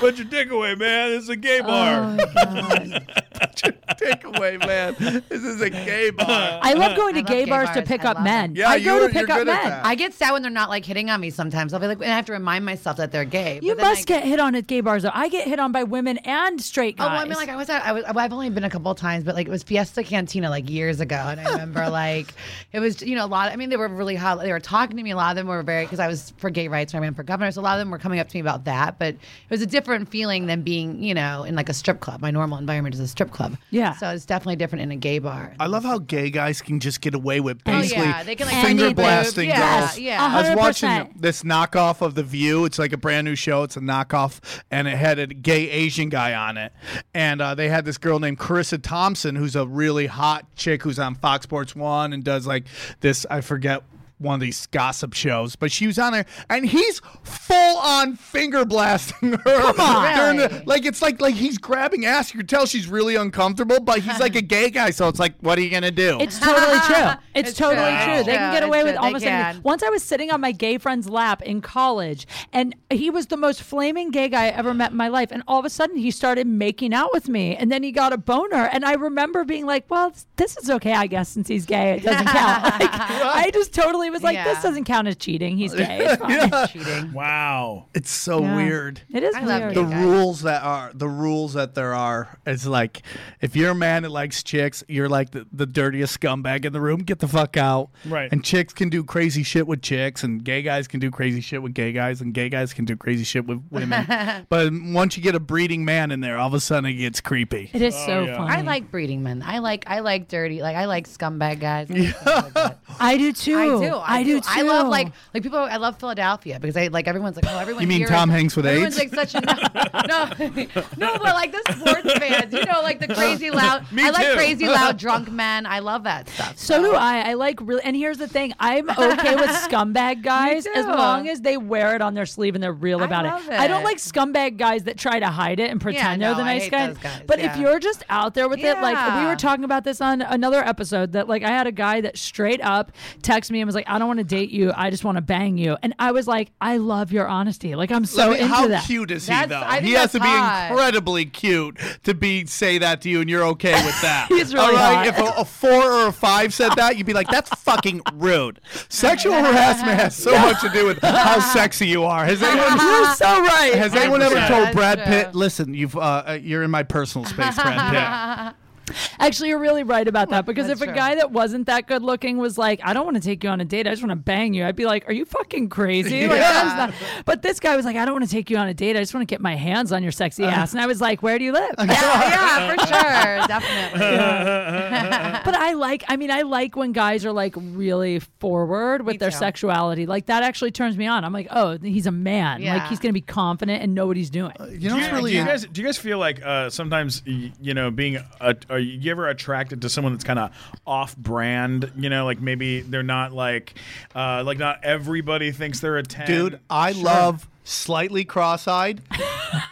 Put your dick away, man. This is a gay bar. dick away, man. This is a gay bar. I love going to love gay, gay bars, to bars. pick I up love men. them. Yeah, I go you're- to pick you're up good at men. that. I get sad when they're not like hitting on me. Sometimes I'll be like, and I have to remind myself that they're gay. You But then must I- get hit on at gay bars though. I get hit on by women and straight Oh, guys. well, I mean, like I was at, I was, I've only been a couple of times, but like it was Fiesta Cantina like years ago, and I remember like it was, you know, a lot. I mean, they were really hot. They were talking to me. A lot of them were very because I was for gay rights. I ran for governor, so a lot of them were coming up to me about that. But it was a different feeling than being, you know, in like a strip club. My normal environment is a strip club. Yeah. So it's definitely different in a gay bar. Oh, I love how gay guys can just get away with Oh, yeah. basically They can, like, finger anything. blasting Yeah, girls. Uh-huh. yeah. I was watching 100%. this knockoff of The View. It's like a brand new show. It's a knockoff, and it had a gay Asian guy on it. And uh, they had this girl named Carissa Thompson, who's a really hot chick who's on Fox Sports One and does like this. I forget. One of these gossip shows, but she was on there, and he's full on finger blasting her. Come on. the, Really? like it's like like he's grabbing ass. You can tell she's really uncomfortable, but he's like a gay guy, so it's like, what are you gonna do? It's totally true. It's, It's totally true. true. They can Wow. get away It's with true. They almost anything. can. Once I was sitting on my gay friend's lap in college, and he was the most flaming gay guy I ever met in my life. And all of a sudden, he started making out with me, and then he got a boner. And I remember being like, "Well, this- this is okay, I guess, since he's gay, it doesn't count." Like, I just totally was like, "This Yeah. doesn't count as cheating. He's gay. It's fine." cheating. Wow. It's so Yeah. weird. It is I love weird. the gay guys. rules that are the rules that there are is like if you're a man that likes chicks, you're like the, the dirtiest scumbag in the room. Get the fuck out. Right. And chicks can do crazy shit with chicks, and gay guys can do crazy shit with gay guys, and gay guys can do crazy shit with women. but once you get a breeding man in there, all of a sudden it gets creepy. It is so yeah. funny. I like breeding men. I like I like dirty. Like I like scumbag guys. I like stuff like that. I do too. I do. I, do. do. too. I love like like people. I love Philadelphia because I like everyone's like oh everyone. You mean here Tom is- Hanks with everyone's AIDS? like such a no, no, but like the sports fans, you know, like the crazy loud. Me I like too. crazy loud drunk men. I love that stuff. So do I. I like really. And here's the thing: I'm okay with scumbag guys as too. long as they wear it on their sleeve and they're real I about love I don't it. like scumbag guys that try to hide it and pretend no, they're the I nice hate guy. those guys, But if yeah. you're just out there with it, like we Yeah. were talking about this on another episode, that like I had a guy that straight up texted me and was like, like, I don't want to date you. I just want to bang you. And I was like, I love your honesty. Like, I'm so Let me- into how that. cute is That's- he though? I think he has that's to be hot. incredibly cute to be say that to you, and you're okay with that. He's really All hot. right, if a, a four or a five said that, you'd be like, "That's fucking rude." Sexual harassment has so much to do with how sexy you are. Has anyone? You're so right. Has anyone ever 100%. told Brad That's Pitt, true. "Listen, you've uh, uh, you're in my personal space, Brad Pitt"? Actually, you're really right about that because That's if a true. guy that wasn't that good looking was like, I don't want to take you on a date, I just want to bang you, I'd be like, Are you fucking crazy? Like, that is not... But this guy was like, I don't want to take you on a date, I just want to get my hands on your sexy Uh-huh. ass. And I was like, Where do you live? yeah, yeah, for sure, definitely. Oh, but I like, I mean, I like when guys are like really forward with Me their too. sexuality. Like that actually turns me on. I'm like, Oh, he's a man. Like Yeah. Uh, he's going to be confident and know what he's doing. You know, Do it's you, really do you guys do you guys feel like uh, sometimes y- you know being a, are you ever attracted to someone that's kind of off brand you know like maybe they're not like uh, like not everybody thinks they're a 10 dude. I Sure. love slightly cross-eyed,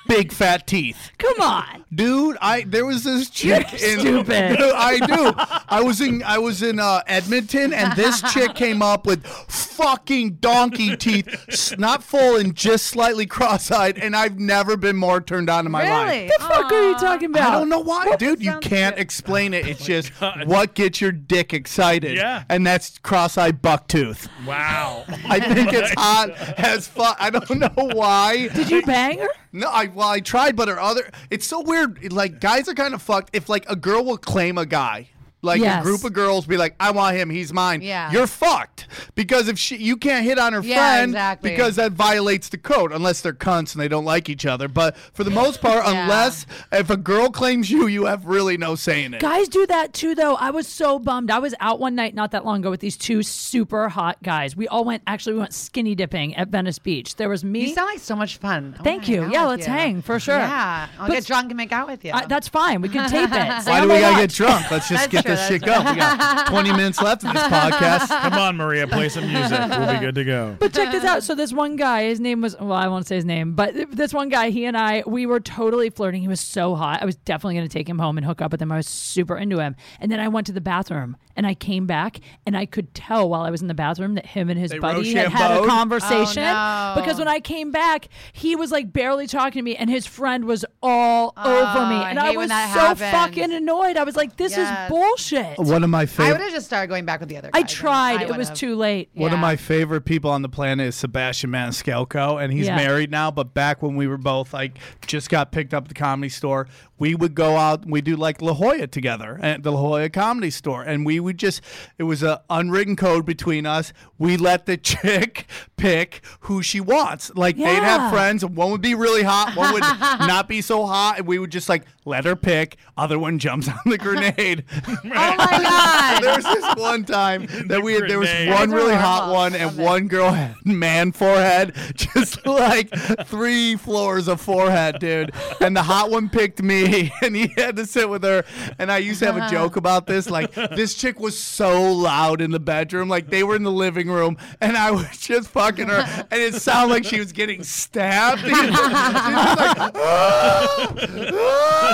big fat teeth. Come on. Dude, I there was this chick in stupid. I do. I was in I was in uh, Edmonton and this chick came up with fucking donkey teeth, s- not full and just slightly cross-eyed and I've never been more turned on in my really? life. What the fuck are you talking about? I don't know why, dude. You sounds can't good. explain it. It's just what gets your dick excited. Yeah. And that's cross-eyed bucktooth. wow I think it's hot as fuck. I don't know why. Did you bang her? No, I well, I tried, but her other. It's so weird. It, Like guys are kind of fucked. If like a girl will claim a guy, like a Yes. group of girls be like, "I want him, he's mine." Yeah. you're fucked because if she, you can't hit on her Yeah, friend exactly. because that violates the code unless they're cunts and they don't like each other. But for the most part, Yeah. unless if a girl claims you, you have really no say in it. Guys do that too, though. I was so bummed. I was out one night not that long ago with these two super hot guys. We all went, actually, we went skinny dipping at Venice Beach. There was me. You sound like so much fun. I Thank wanna you. hang out Yeah, with let's you. hang, for sure. Yeah, I'll But- get drunk and make out with you. I- that's fine. We can tape it. Say Why I'm do we a gotta lot. get drunk? Let's just That's get true, this that's shit true. going. We got 20 minutes left of this podcast. come on Maria play some music we'll be good to go But check this out. So this one guy, his name was well, I won't say his name, but this one guy, he and I, we were totally flirting. He was so hot. I was definitely gonna take him home and hook up with him. I was super into him. And then I went to the bathroom and I came back and I could tell while I was in the bathroom that him and his buddy had had a Rochambeau'd? conversation. Oh, no. Because when I came back, he was like barely talking to me and his friend was all Ah, over me. I And I, hate when was so that happens. fucking annoyed. I was like, this Yes. is bullshit. One of my I favorite. would have just started going back with the other. I guy then. tried. it was would've. too late. Yeah. One of my favorite people on the planet is Sebastian Maniscalco, and he's Yeah. married now. But back when we were both like just got picked up at the comedy store, we would go out. We do like La Jolla together at the La Jolla Comedy Store, and we would just it was a unwritten code between us. We let the chick pick who she wants. Like they'd Yeah. have friends, and one would be really hot, one would not be so hot, and we would just like let her pick. Other one jumps on the grenade. Oh my god. There was this one time that we had, there was Grenade. one Those are really hot horrible. one and Love it. one girl had man forehead, just like three floors of forehead, dude. And the hot one picked me and he had to sit with her. And I used to have a joke about this. Like this chick was so loud in the bedroom. Like they were in the living room and I was just fucking her and it sounded like she was getting stabbed. She was like,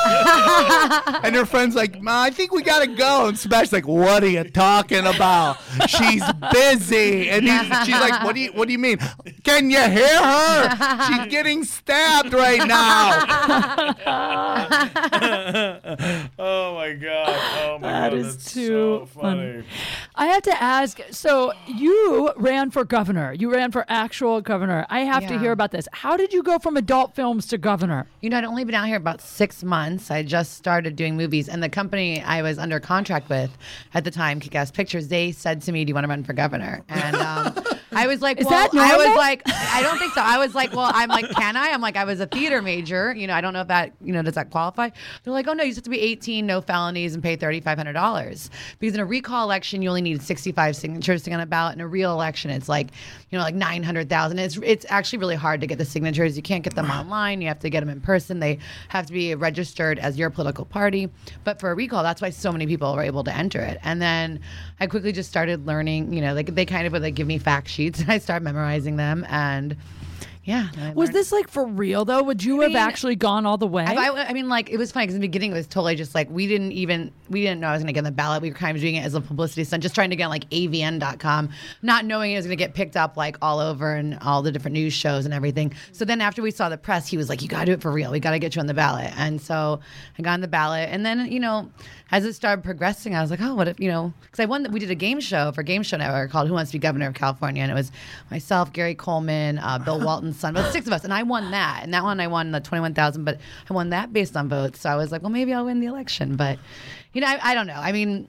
and her friend's like, Ma, I think we gotta go. And Sebastian's like, What are you talking about? She's busy. And he's, she's like, What do you What do you mean? Can you hear her? She's getting stabbed right now. oh my god oh my That god is that's too so funny I have to ask. So you ran for governor. You ran for actual governor. I have to Yeah. hear about this. How did you go from adult films to governor? You know, I'd only been out here about six months. I just started doing movies, and the company I was under contract with at the time, Kick Ass Pictures, they said to me, "Do you want to run for governor?" And um, I was like, Is "Well, that I was normal? like, I don't think so." I was like, "Well, I'm like, can I?" I'm like, "I was a theater major. You know, I don't know if that, you know, does that qualify?" They're like, "Oh no, you just have to be 18, no felonies, and pay $3,500." Because in a recall election, you only need 65 signatures to get on a ballot. In a real election, it's like, you know, like 900,000. It's it's actually really hard to get the signatures. You can't get them online. You have to get them in person. They have to be registered as your political party. But for a recall, that's why so many people were able to enter it. And then I quickly just started learning. You know, like they kind of would like give me fact sheets, and I started memorizing them and. Yeah. I Was learned- this like for real though? Would you have mean, actually gone all the way? I, I- I mean, like it was funny because in the beginning it was totally just like we didn't even we didn't know I was going to get on the ballot. We were kind of doing it as a publicity stunt, just trying to get on like AVN.com, not knowing it was going to get picked up like all over and all the different news shows and everything. So then after we saw the press, he was like, "You got to do it for real. We got to get you on the ballot." And so I got on the ballot, and then you know, as it started progressing, I was like, "Oh, what if you know?" Because I won. The, we did a game show for Game Show Network called "Who Wants to Be Governor of California," and it was myself, Gary Coleman, uh, Bill Walton's son, but six of us, and I won that. And that one, I won the twenty-one thousand, but I won that based on votes. So I was like, "Well, maybe I'll win the election," but you know, I, I don't know. I mean.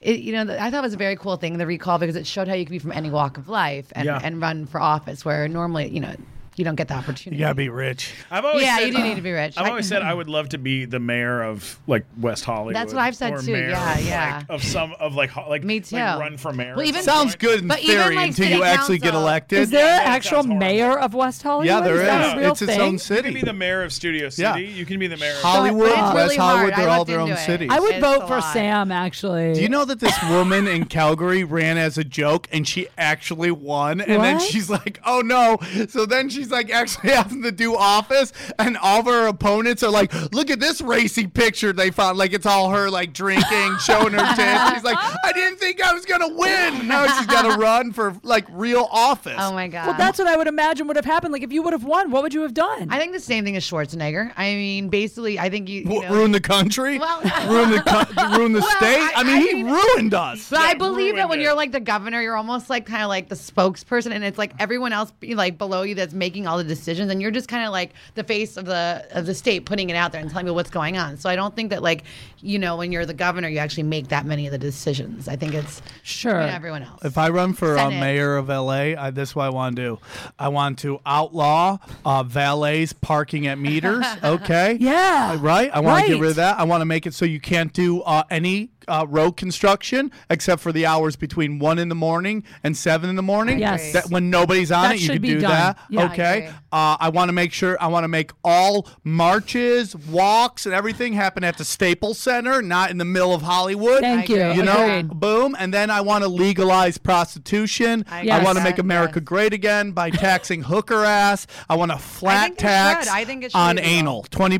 It, you know, I thought it was a very cool thing, the recall, because it showed how you could be from any walk of life and, Yeah. and run for office, where normally, you know, you don't get the opportunity. You gotta be rich. I've always Yeah, said, you do need to be rich. I've I- always said I would love to be the mayor of like West Hollywood. That's what I've said or too. mayor Yeah, of, yeah. like, of some of like ho- like Me too. Like run for mayor. Well, or even- something. Sounds good in But even, theory like, until city you actually get council. elected. Is there Yeah, an that actual sounds horrible. mayor of West Hollywood? yeah, there is. is. That a real It's thing? its You own can be city. the mayor of Studio City. Yeah. You can be the mayor. Of Hollywood, But it's West really hard. Hollywood, I they're all looked their own into it. cities. I would It's vote a for lot. Sam actually. Do you know that this woman in Calgary ran as a joke and she actually won? And then What? she's like, oh no. So then she's like actually having to do office and all of her opponents are like, look at this racy picture they found. Like it's all her like drinking, showing her tits. She's like, I didn't think I was gonna win. Now she's gotta run for like real office. Oh my god. Well, that's what I would imagine would have happened. Like if you would have won, what would you have done? I think the same thing as Schwarzenegger. I mean, basically, I think you, you W- know, ruin the country? Well- ruin the co- ruin the Well, state? I, I- mean, I he mean- ruined us. But I Yeah, believe that ruined when it. you're like the governor, you're almost like kind of like the spokesperson, and it's like everyone else be like below you that's making all the decisions, and you're just kind of like the face of the of the state, putting it out there and telling people what's going on. So I don't think that like you know when you're the governor, you actually make that many of the decisions. I think it's sure. you know, everyone else. If I run for uh, Senate. mayor of LA, I, this is what I want to do. I want to outlaw uh, valets parking at meters. Okay. Yeah. Uh, Right. I want to get Right. rid of that. I want to make it so you can't do uh, any uh, road construction except for the hours between one in the morning and seven in the morning. Yes. That when nobody's on That it, you should can be do done. that. Yeah, I okay. agree. Uh, I want to make sure. I want to make all marches, walks, and everything happen at the Staples Center, not in the middle of Hollywood. Thank I you. agree. You know, Agreed. boom. And then I want to legalize prostitution. I, I Yes. want to guess. make America Yes. great again by taxing hooker ass. I want a I flat think it tax should. I think it should on be legal. anal. 20%.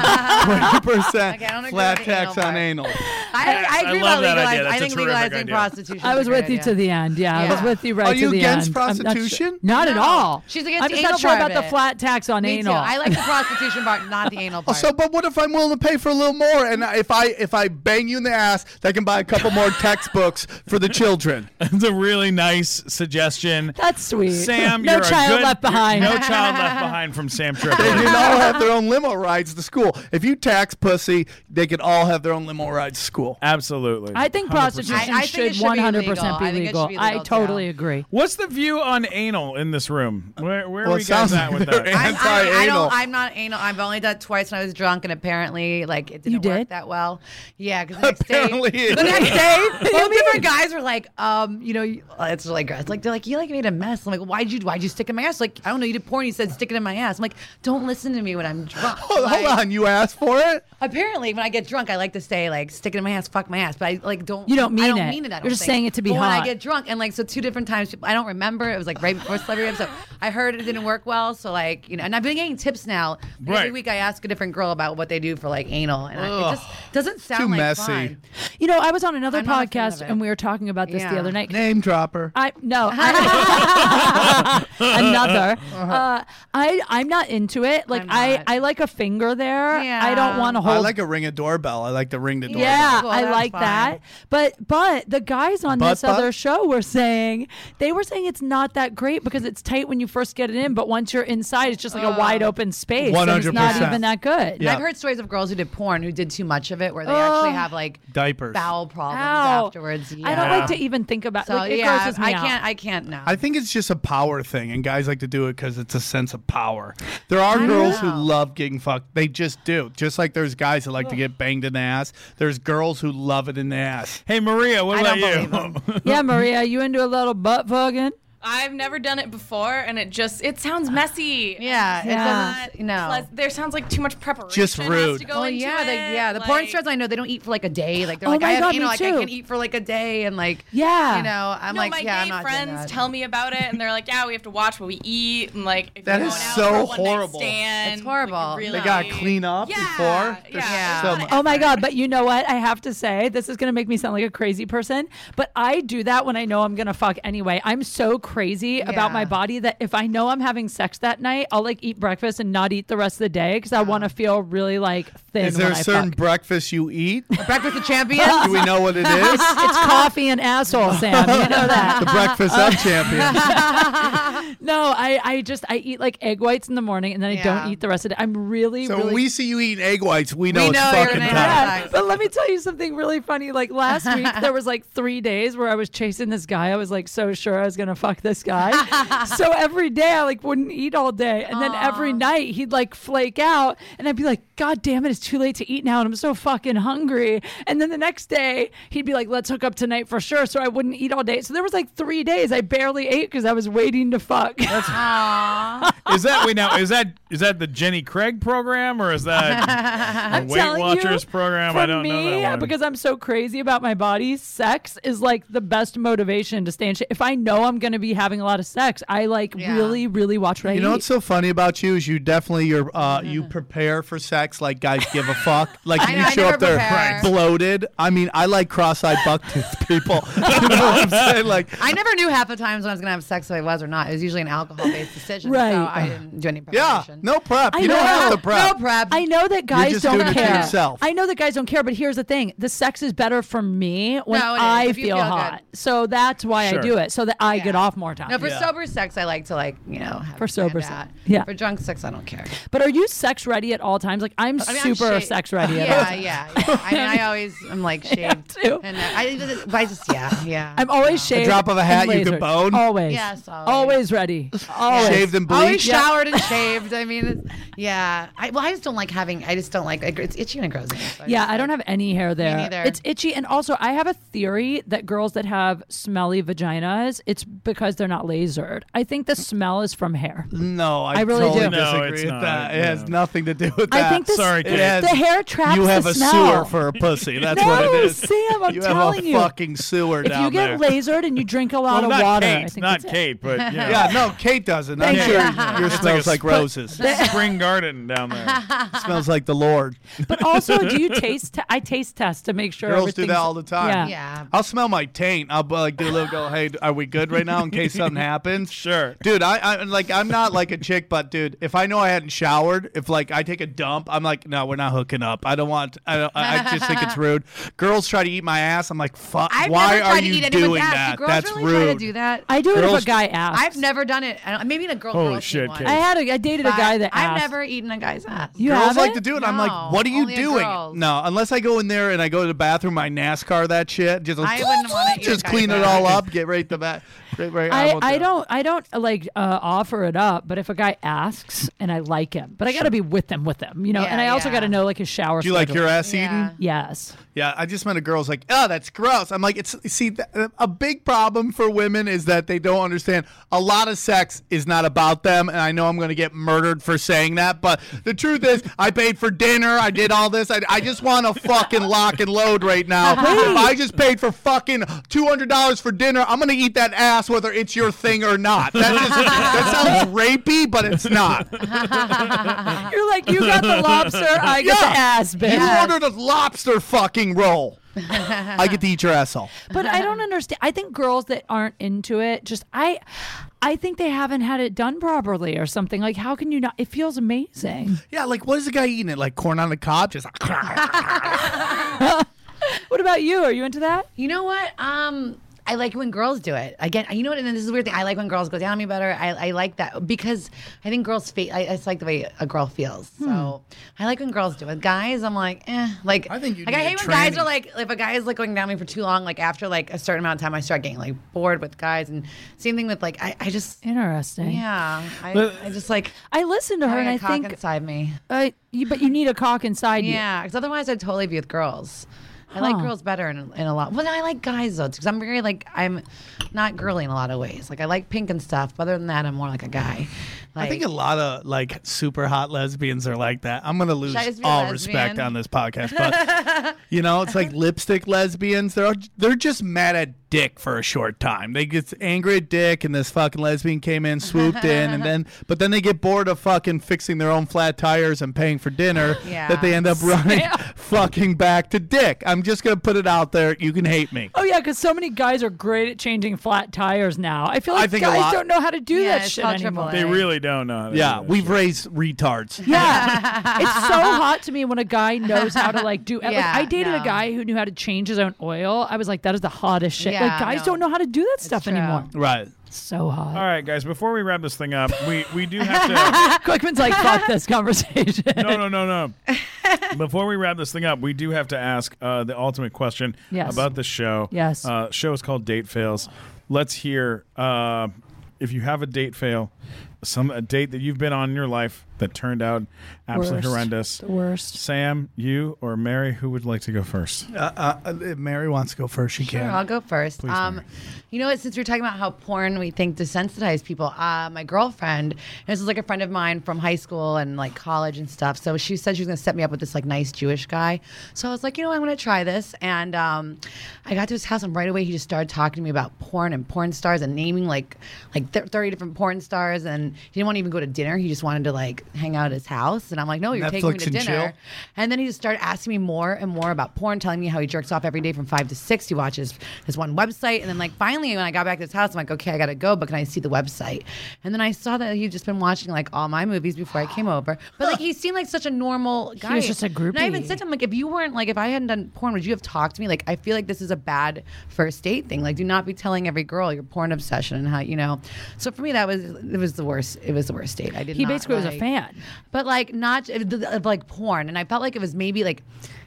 20% Okay, I don't agree flat with the tax anal on part. anal. I, I I agree love about that idea. legalizing. That's I a think terrific legalizing idea. prostitution. is I a was great with you idea. to the end. Yeah, I was Yeah. with you right Are to you the against end. I'm not su- prostitution? Not at No. all. She's against I'm the just anal not sure part about of the it. flat tax on Me anal. too. I like the prostitution part, not the anal part. So, but what if I'm willing to pay for a little more? And if I if I bang you in the ass, that can buy a couple more textbooks for the children. It's a really nice suggestion. That's sweet. Sam, no you're a child good- left you're- behind. No child left behind from Sam They can Tripoli. all have their own limo rides to school. If you tax pussy, they could all have their own limo rides to school. Absolutely. I think 100%. prostitution I- I think should it should be 100% legal. be I think it legal. should be I legal, totally too. agree. What's the view on anal in this room? Where, where Well, are we it guys sounds at with like they're that? anal. I'm, I, I Anti-anal. don't. I'm not anal. I've only done it twice when I was drunk, and apparently, like, it didn't You did? work that well. Yeah, because the next Apparently day, it the next didn't. day, both different guys were like, um, you know, you- oh, it's really gross. Like, they're like, you like made a mess. I'm like, why'd you, why'd you stick it in my ass? Like, I don't know. You did porn. You said stick it in my ass. I'm like, don't listen to me when I'm drunk. Hold, hold Like, on, you asked for it. Apparently, when I get drunk, I like to say like "stick it in my ass, fuck my ass," but I like don't. You don't I mean don't it. mean it. I don't You're just think. saying it to be but When hot. I get drunk, and like so, two different times, I don't remember. It was like right before celebrity episode. I heard it didn't work well, so like you know, and I've been getting tips now. Like, Right. Every week, I ask a different girl about what they do for like anal, and I, Ugh. it just doesn't sound Too like messy. fun. You know, I was on another I'm not a fan podcast of it. and we were talking about this the Yeah. other night. Name dropper. I no I- another. Uh, I I'm not into it. Like I'm I not. I like a finger there. Yeah. I don't want to hold. I like a ring a doorbell. I like to ring the doorbell. yeah, Well, I that's like fine. that. But but the guys on Butt this butt? other show were saying they were saying it's not that great because it's tight when you first get it in, but once you're inside, it's just like a wide open space. and it's not 100%. even that good. Yeah. I've heard stories of girls who did porn who did too much of it, where they Ugh. actually have like Diapers. bowel problems Ow. afterwards. Yeah. I don't like to even think about. So like, it yeah, grosses me I out. can't. I can't now. I think it's just a power thing, and guys like to do it because it's a sense of power. There are girls who know. love getting fucked. They just do. Just like there's guys that like to get banged in the ass. There's girls who love it in the ass. Hey, Maria, what I about don't you? believe them. yeah, Maria, you into a little butt fucking? I've never done it before, and it just it sounds messy. Yeah, it Yeah. doesn't- no. Plus, there sounds like too much preparation. Just Has rude. to go Well, into yeah, the, it, yeah. The like, porn stars I know they don't eat for like a day. Like they're Oh like, my I have, God, you me know, like too. I can eat for like a day, and like, Yeah. you know, I'm no, like, my yeah, gay I'm not doing friends that. tell me about it, and they're like, "Yeah, we have to watch what we eat." And like, if That you're is going out so for a one-night horrible. Stand, It's horrible. like, you They They really- gotta clean up Yeah, before. There's yeah. so It's much. not Oh my God. But you know what? I have to say, this is going to make me sound like a crazy person, but I do that when I know I'm going to fuck anyway. I'm so crazy about Yeah. my body that if I know I'm having sex that night, I'll like eat breakfast and not eat the rest of the day because I want to feel really like thin. Is there when a I certain fuck. breakfast you eat? Breakfast of Champions. Do we know what it is? it's coffee and asshole, Sam. You know that. the breakfast of champions. No, I, I just I eat like egg whites in the morning and then I Yeah. don't eat the rest of the day. I'm really So really when we see you eating egg whites, we know, know it's you're fucking an time. ass. Yeah, but let me tell you something really funny. Like last week, there was like three days where I was chasing this guy. I was like so sure I was gonna fuck this guy. so every day I like wouldn't eat all day, and then every night he'd like flake out, and I'd be like, God damn it, it's too late to eat now, and I'm so fucking hungry. And then the next day he'd be like, Let's hook up tonight for sure. So I wouldn't eat all day. So there was like three days I barely ate because I was waiting to fuck. Is that wait now? Is that is that the Jenny Craig program or is that a Weight telling you, Watchers program? For I don't me, know that one. because I'm so crazy about my body, sex is like the best motivation to stay in shape. If I know I'm going to be having a lot of sex, I like Yeah. really, really watch what I You know eat. what's so funny about you is you definitely you're uh, you Mm-hmm. prepare for sex like guys give a fuck like I you know, I show never up there prepare. bloated. I mean, I like cross-eyed bucktooth people. you know what I'm saying? Like I never knew half the times when I was gonna have sex if I was or not. It was usually an alcohol-based decision, Right. so I didn't do any yeah, preparation. no prep. I you don't know. have to prep. No prep. I know that guys just don't doing it to care. yourself. I know that guys don't care, but here's the thing: the sex is better for me when No, it is. I If you feel, feel hot. So that's why I Sure. do it, so that I get off more time. No, for Yeah. sober sex, I like to like you know have For it planned sober sex. out. Yeah. For drunk sex, I don't care. but are you sex ready at all times? Like I'm I mean, I'm super shaved. sex ready. at all Yeah, times. yeah, yeah. I mean, I always I'm like shaved too. and uh, I, just- I just yeah, yeah. I'm always shaved. drop of a and hat, you could lasered. bone. Always. Yes, always. Always ready. Always. Shaved and Always bleached. showered and shaved. I mean, it's, yeah. I, well, I just don't like having. I just don't like. It, it's itchy and it grows. Me, so Yeah, just I don't like- have any hair there. neither. It's itchy, and also I have a theory that girls that have smelly vaginas, it's because they're not lasered. I think the smell is from hair. No, I, I really totally do. No, disagree it's with not. that. It Yeah. has nothing to do with I that. think the, Sorry, s- kid. has- the hair traps you have the a smell. sewer for a pussy. That's no, what it is. Sam, I'm you telling have a you. fucking sewer if down you get there. lasered and you drink a lot well, of not water, I Kate, think not that's it. Kate, but you know, Yeah, no, Kate doesn't. I'm Thank sure you. your It's like smells a like, sp- roses. spring garden down there. smells like the Lord. But also, do you taste? Te- I taste test to make sure Girls do that everything's- all the time. Yeah. Yeah. I'll smell my taint. I'll uh, like do a little go. Hey, are we good right now? In case something happens. Sure. dude. I, I like I'm not like a chick, but dude, if I know I hadn't showered, if like I take a dump, I'm like, no, we're not hooking up. I don't want. I don't, I I just think it's rude. Girls try to eat my ass. I'm like, fuck. I've why never tried are to you eat anyone's doing ass. that? Do girls That's really rude. try to do that? I do it if Girls- a guy asks. I've never done it. I don't, maybe in a girl. Holy girl team shit, once, Kate. I had a. I dated a but guy that I've asked. never eaten a guy's ass. You Girls haven't? like to do it. I'm No, like, what are you only at doing? girls. No, unless I go in there and I go to the bathroom, I NASCAR that shit. Just, I wouldn't wanna eat just a clean it guy's all ass. up, get right the back. Right, right, I, won't I do it. don't I don't like uh, offer it up, but if a guy asks and I like him, but I got to be with him, with him, you know. Yeah, and I also yeah. got to know like his shower. Do you like schedule. your ass Yeah. eating? Yes. Yeah, I just met a girl's like, oh, that's gross. I'm like, it's see, th- a big problem for women is that they don't understand a lot of sex is not about them. And I know I'm going to get murdered for saying that, but the truth is, I paid for dinner, I did all this. I, I just want to fucking lock and load right now. if I just paid for fucking two hundred dollars for dinner, I'm going to eat that ass whether it's your thing or not. That just that sounds rapey, but it's not. Uh, You're like you got the lobster, I get Yeah. the ass, bitch. You ordered a lobster fucking roll. I get to eat your asshole. But I don't understand. I think girls that aren't into it, just I, I think they haven't had it done properly or something. Like how can you not? It feels amazing. Yeah, like what is the guy eating it? Like corn on the cob? Just What about you? Are you into that? You know what? Um, I like when girls do it. Again, you know what? And this is a weird thing. I like when girls go down on me better. I, I like that because I think girls feel. I, I just like the way a girl feels. So I like when girls do it. Guys, I'm like, eh. Like Hmm. I think you like, I need hate a when guys tranny. are like, if a guy is like going down me for too long, like after like a certain amount of time, I start getting like bored with guys. And same thing with like, I, I just. Interesting. Yeah, I, I just like I listened to her having and a I cock think, inside me. uh, you, but you need a cock inside you. Yeah, because otherwise I'd totally be with girls. I like girls better in, in a lot. Well, I like guys though, because I'm very like I'm not girly in a lot of ways. Like I like pink and stuff. But other than that, I'm more like a guy. Like, I think a lot of like super hot lesbians are like that. I'm gonna lose Should I just be a all respect lesbian? on this podcast, but you know, it's like lipstick lesbians. They're they're just mad at dick for a short time. They get angry at dick, and this fucking lesbian came in, swooped in, and then but then they get bored of fucking fixing their own flat tires and paying for dinner. Yeah. That they end up running fucking back to dick. I'm just gonna put it out there. You can hate me. Oh yeah, because so many guys are great at changing flat tires now. I feel like I think a guys lot- don't know how to do Yeah, that it's shit called anymore. AAA. They really don't know. how to Yeah, do that we've shit. raised retards. Yeah, it's so hot to me when a guy knows how to like do. and, Yeah, like, I dated a no. guy who knew how to change his own oil. I was like, that is the hottest shit. Yeah, like guys no. don't know how to do that stuff true. anymore. Right. So hot. All right, guys. Before we wrap this thing up, we we do have Quickman's like, fuck this conversation. to. No, no, no, no. Before we wrap this thing up, we do have to ask uh, the ultimate question Yes. about the show. Yes. Uh, show is called Date Fails. Let's hear uh, if you have a date fail, some a date that you've been on in your life that turned out absolutely Worst. horrendous. The worst. Sam, you or Mary, who would like to go first? Uh, uh, Mary wants to go first. She Sure, can. I'll go first. um, you know what? Since we're talking about how porn we think desensitized people, uh, my girlfriend, and this is like a friend of mine from high school and like college and stuff. So she said she was gonna set me up with this like nice Jewish guy. So I was like, you know, I'm gonna try this. And um, I got to his house, and right away he just started talking to me about porn and porn stars and naming like like th- 30 different porn stars. And he didn't want to even go to dinner. He just wanted to like hang out at his house. And I'm like, no, you're taking me Netflix to and dinner. chill. And then he just started asking me more and more about porn, telling me how he jerks off every day from five to six. He watches this one website. And then, like, finally, when I got back to his house, I'm like, okay, I got to go, but can I see the website? And then I saw that he'd just been watching, like, all my movies before I came over. But, like, he seemed like such a normal guy. was just a And I even groupie. said to him, like, if you weren't, like, if I hadn't done porn, would you have talked to me? Like, I feel like this is a bad first date thing. Like, do not be telling every girl your porn obsession and how, you know. So for me, that was, it was the worst. It was the worst date. I did He not basically was a like- fan. but like not of like porn and i felt like it was maybe like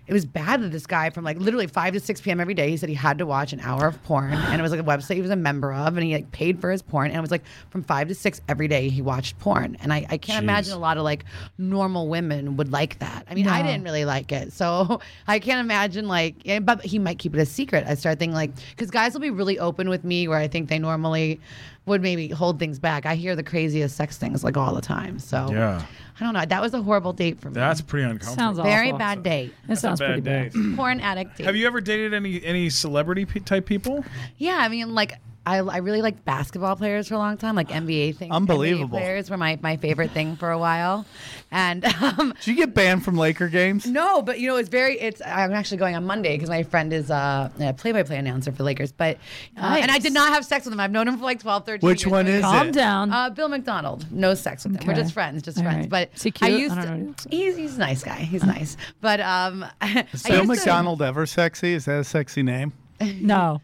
it was bad that this guy from like literally 5 to 6 p.m every day he said he had to watch an hour of porn and it was like a website he was a member of and he like paid for his porn and it was like from 5 to 6 every day he watched porn and i, I can't imagine a lot of like normal women would like that i mean i No. didn't really like it so i can't imagine like yeah, but he might keep it a secret i start thinking like because guys will be really open with me where i think they normally would maybe hold things back i hear the craziest sex things like all the time so Yeah. I don't know. That was a horrible date for me. That's pretty uncomfortable. Sounds awful. very bad date. That sounds pretty bad. bad date. Porn addict date. Have you ever dated any any celebrity pe- type people? yeah, I mean, like. I, I really liked basketball players for a long time, like NBA things. Unbelievable. NBA players were my, my favorite thing for a while, and um, Did you get banned from Laker games? No, but you know, it's very. It's. I'm actually going on Monday because my friend is uh, a play-by-play announcer for Lakers. But uh, and I did Nice. not have sex with him. I've known him for like 12, 13 Which years. one is Calm it? down. Uh, Bill McDonald. No sex with him. We're Okay. just friends. Just All right. friends. But Is he I cute? used. I don't to- know what he looks like. he's he's a nice guy. He's nice. But um, I Is Bill used to- McDonald ever sexy? Is that a sexy name? No.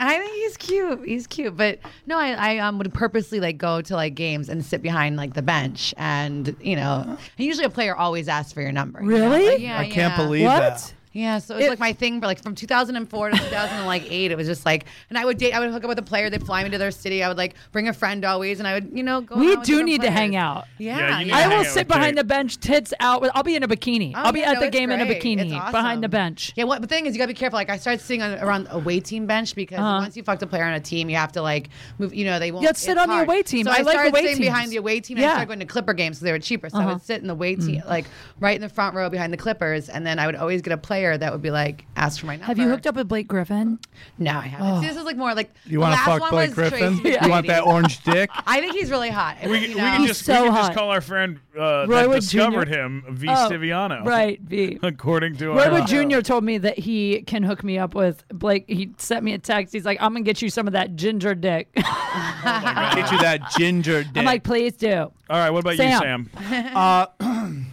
I think he's cute. He's cute, but no, I, I um, would purposely like go to like games and sit behind like the bench, and you know, and usually a player always asks for your number. you know? Really? Like, yeah, I can't yeah. believe What? that. Yeah, so it was It- like my thing for like from 2004 to 2008. It was just like, and I would date, I would hook up with a player. They'd fly me to their city. I would like bring a friend always, and I would, you know, go. We hang out with do different need to players. hang out. Yeah, Yeah, you need yeah. I hang will out sit with behind Kate. the bench, tits out. With, I'll be in a bikini. Oh, I'll be yeah, at no, the it's game in a great. bikini, It's awesome. behind the bench. Yeah, what the thing is, you gotta be careful. Like, I started sitting on, around a away team bench because Uh-huh. once you fucked a player on a team, you have to like move. You know, they won't. Yeah, sit it's on the hard. away team. So I I, like started away sitting teams. behind the away team. And Yeah. I started going to Clipper games because they were cheaper. So I Uh-huh. would sit in the away team, like right in the front row behind the Clippers, and then I would always get a player that would be like, ask for my number. Have you hooked up Oh. with Blake Griffin? No, I haven't. See, this is like more like You the want to last fuck one Blake was Griffin? Tracy You want McGrady. that orange dick? I think he's really hot. We, we you know. can He's just so we can just hot. call our friend uh, that Roywood discovered Jr.? him, V. Oh, Stiviano. Right, V. According to our uh, Roywood Jr. told me that he can hook me up with Blake. He sent me a text. He's like, I'm going to get you some of that ginger dick. Get you that ginger dick. I'm like, please do. All right, what about you, Sam? Sam.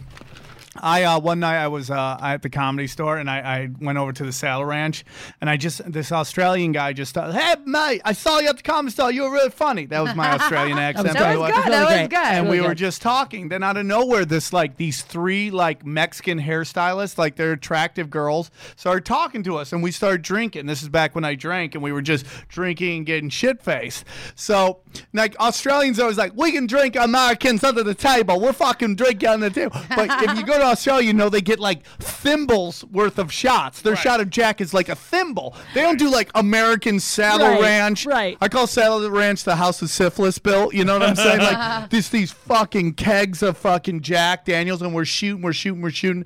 I uh, one night I was uh, at the comedy store and I, I went over to the Saddle Ranch and I just this Australian guy just thought, hey mate, I saw you at the comedy store. You were really funny. That was my Australian accent. That by the was way. good. That was good. And Really we were good. just talking. Then out of nowhere, this like these three like Mexican hairstylists, like they're attractive girls, started talking to us and we started drinking. This is back when I drank and we were just drinking and getting shit faced. So like Australians are always like, we can drink Americans under the table. We're fucking drinking on the table. But if you go to Australia, you know, they get like thimbles worth of shots. Their shot of Jack is like a thimble. They don't do like American Saddle Right, Ranch. right. I call Saddle Ranch the house of syphilis built. You know what I'm saying? like this, these fucking kegs of fucking Jack Daniels, and we're shooting, we're shooting, we're shooting.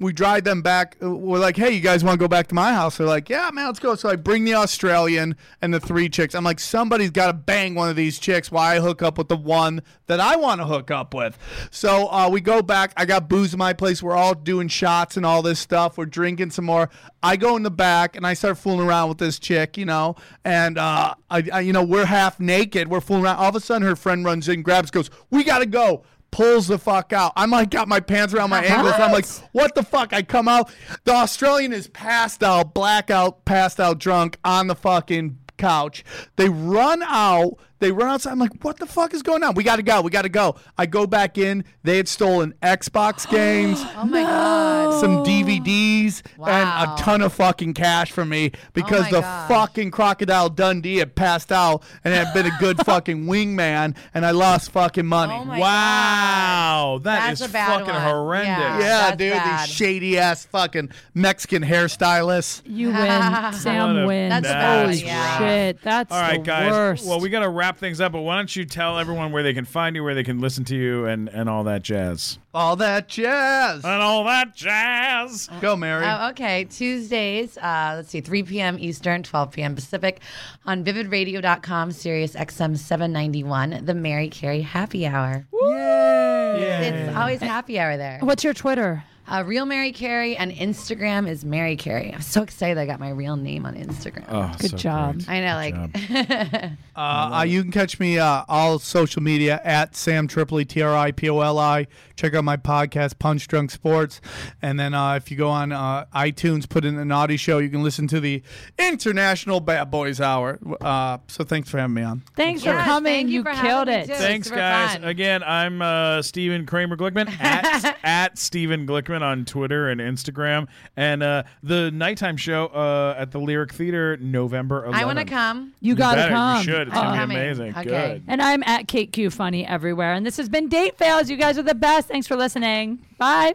We drive them back. Uh, We're like, hey, you guys want to go back to my house? They're like, yeah, man, let's go. So I bring the Australian and the three chicks. I'm like, somebody's got to bang one of these chicks. Why I hook up with the one that I want to hook up with? So uh, we go back. I got booze in my place. We're all doing shots and all this stuff. We're drinking some more. I go in the back and I start fooling around with this chick, you know. And uh, I, I, you know, we're half naked. We're fooling around. All of a sudden, her friend runs in, grabs, goes, "We gotta go." Pulls the fuck out. I'm like, got my pants around my ankles. I'm like, what the fuck? I come out. The Australian is passed out, blackout, passed out, drunk on the fucking couch. They run out. They run outside. I'm like, what the fuck is going on? We got to go. We got to go. I go back in. They had stolen Xbox games, Oh my god. some DVDs, and Oh. Wow. a ton of fucking cash from me because my the gosh. fucking Crocodile Dundee had passed out and had been a good fucking wingman, and I lost fucking money. Oh my Wow, that That's is a bad fucking one. horrendous. Yeah. yeah, That's dude, bad. these shady ass fucking Mexican hairstylists. You win. What Sam a wins. That's Holy bad, yeah. shit. That's All right, the guys. worst. Well, we got to wrap things up, but why don't you tell everyone where they can find you, where they can listen to you, and and all that jazz. All that jazz. Uh, And all that jazz. go, Mary. Oh, okay. Tuesdays, uh, let's see, 3 p.m. Eastern, 12 p.m. Pacific on vividradio.com, Sirius XM 791, the Mary Carey Happy Hour. It's always happy hour there. What's your Twitter? Uh, real Mary Carey on Instagram is Mary Carey. I'm so excited I got my real name on Instagram. Oh, Oh, Good job. I know, like, Uh, you can catch me uh, all social media at Sam Tripoli T R I P O L I. Check out my podcast Punch Drunk Sports, and then uh, if you go on uh, iTunes, put in the Naughty Show, you can listen to the International Bad Boys Hour. Uh, so thanks for having me on. Thanks for Yes, coming. thank you you for having killed me, it. too. It's Thanks, super guys. fun. Again, I'm uh, Stephen Kramer Glickman at at Stephen Glickman on Twitter and Instagram, and uh, the nighttime show uh, at the Lyric Theater, November 11th. I want to come. You gotta better. come. Uh-huh. You should. It's I'm gonna be coming. amazing. Okay. Good. And I'm at Kate Q Funny everywhere. And this has been Date Fails. You guys are the best. Thanks for listening. Bye.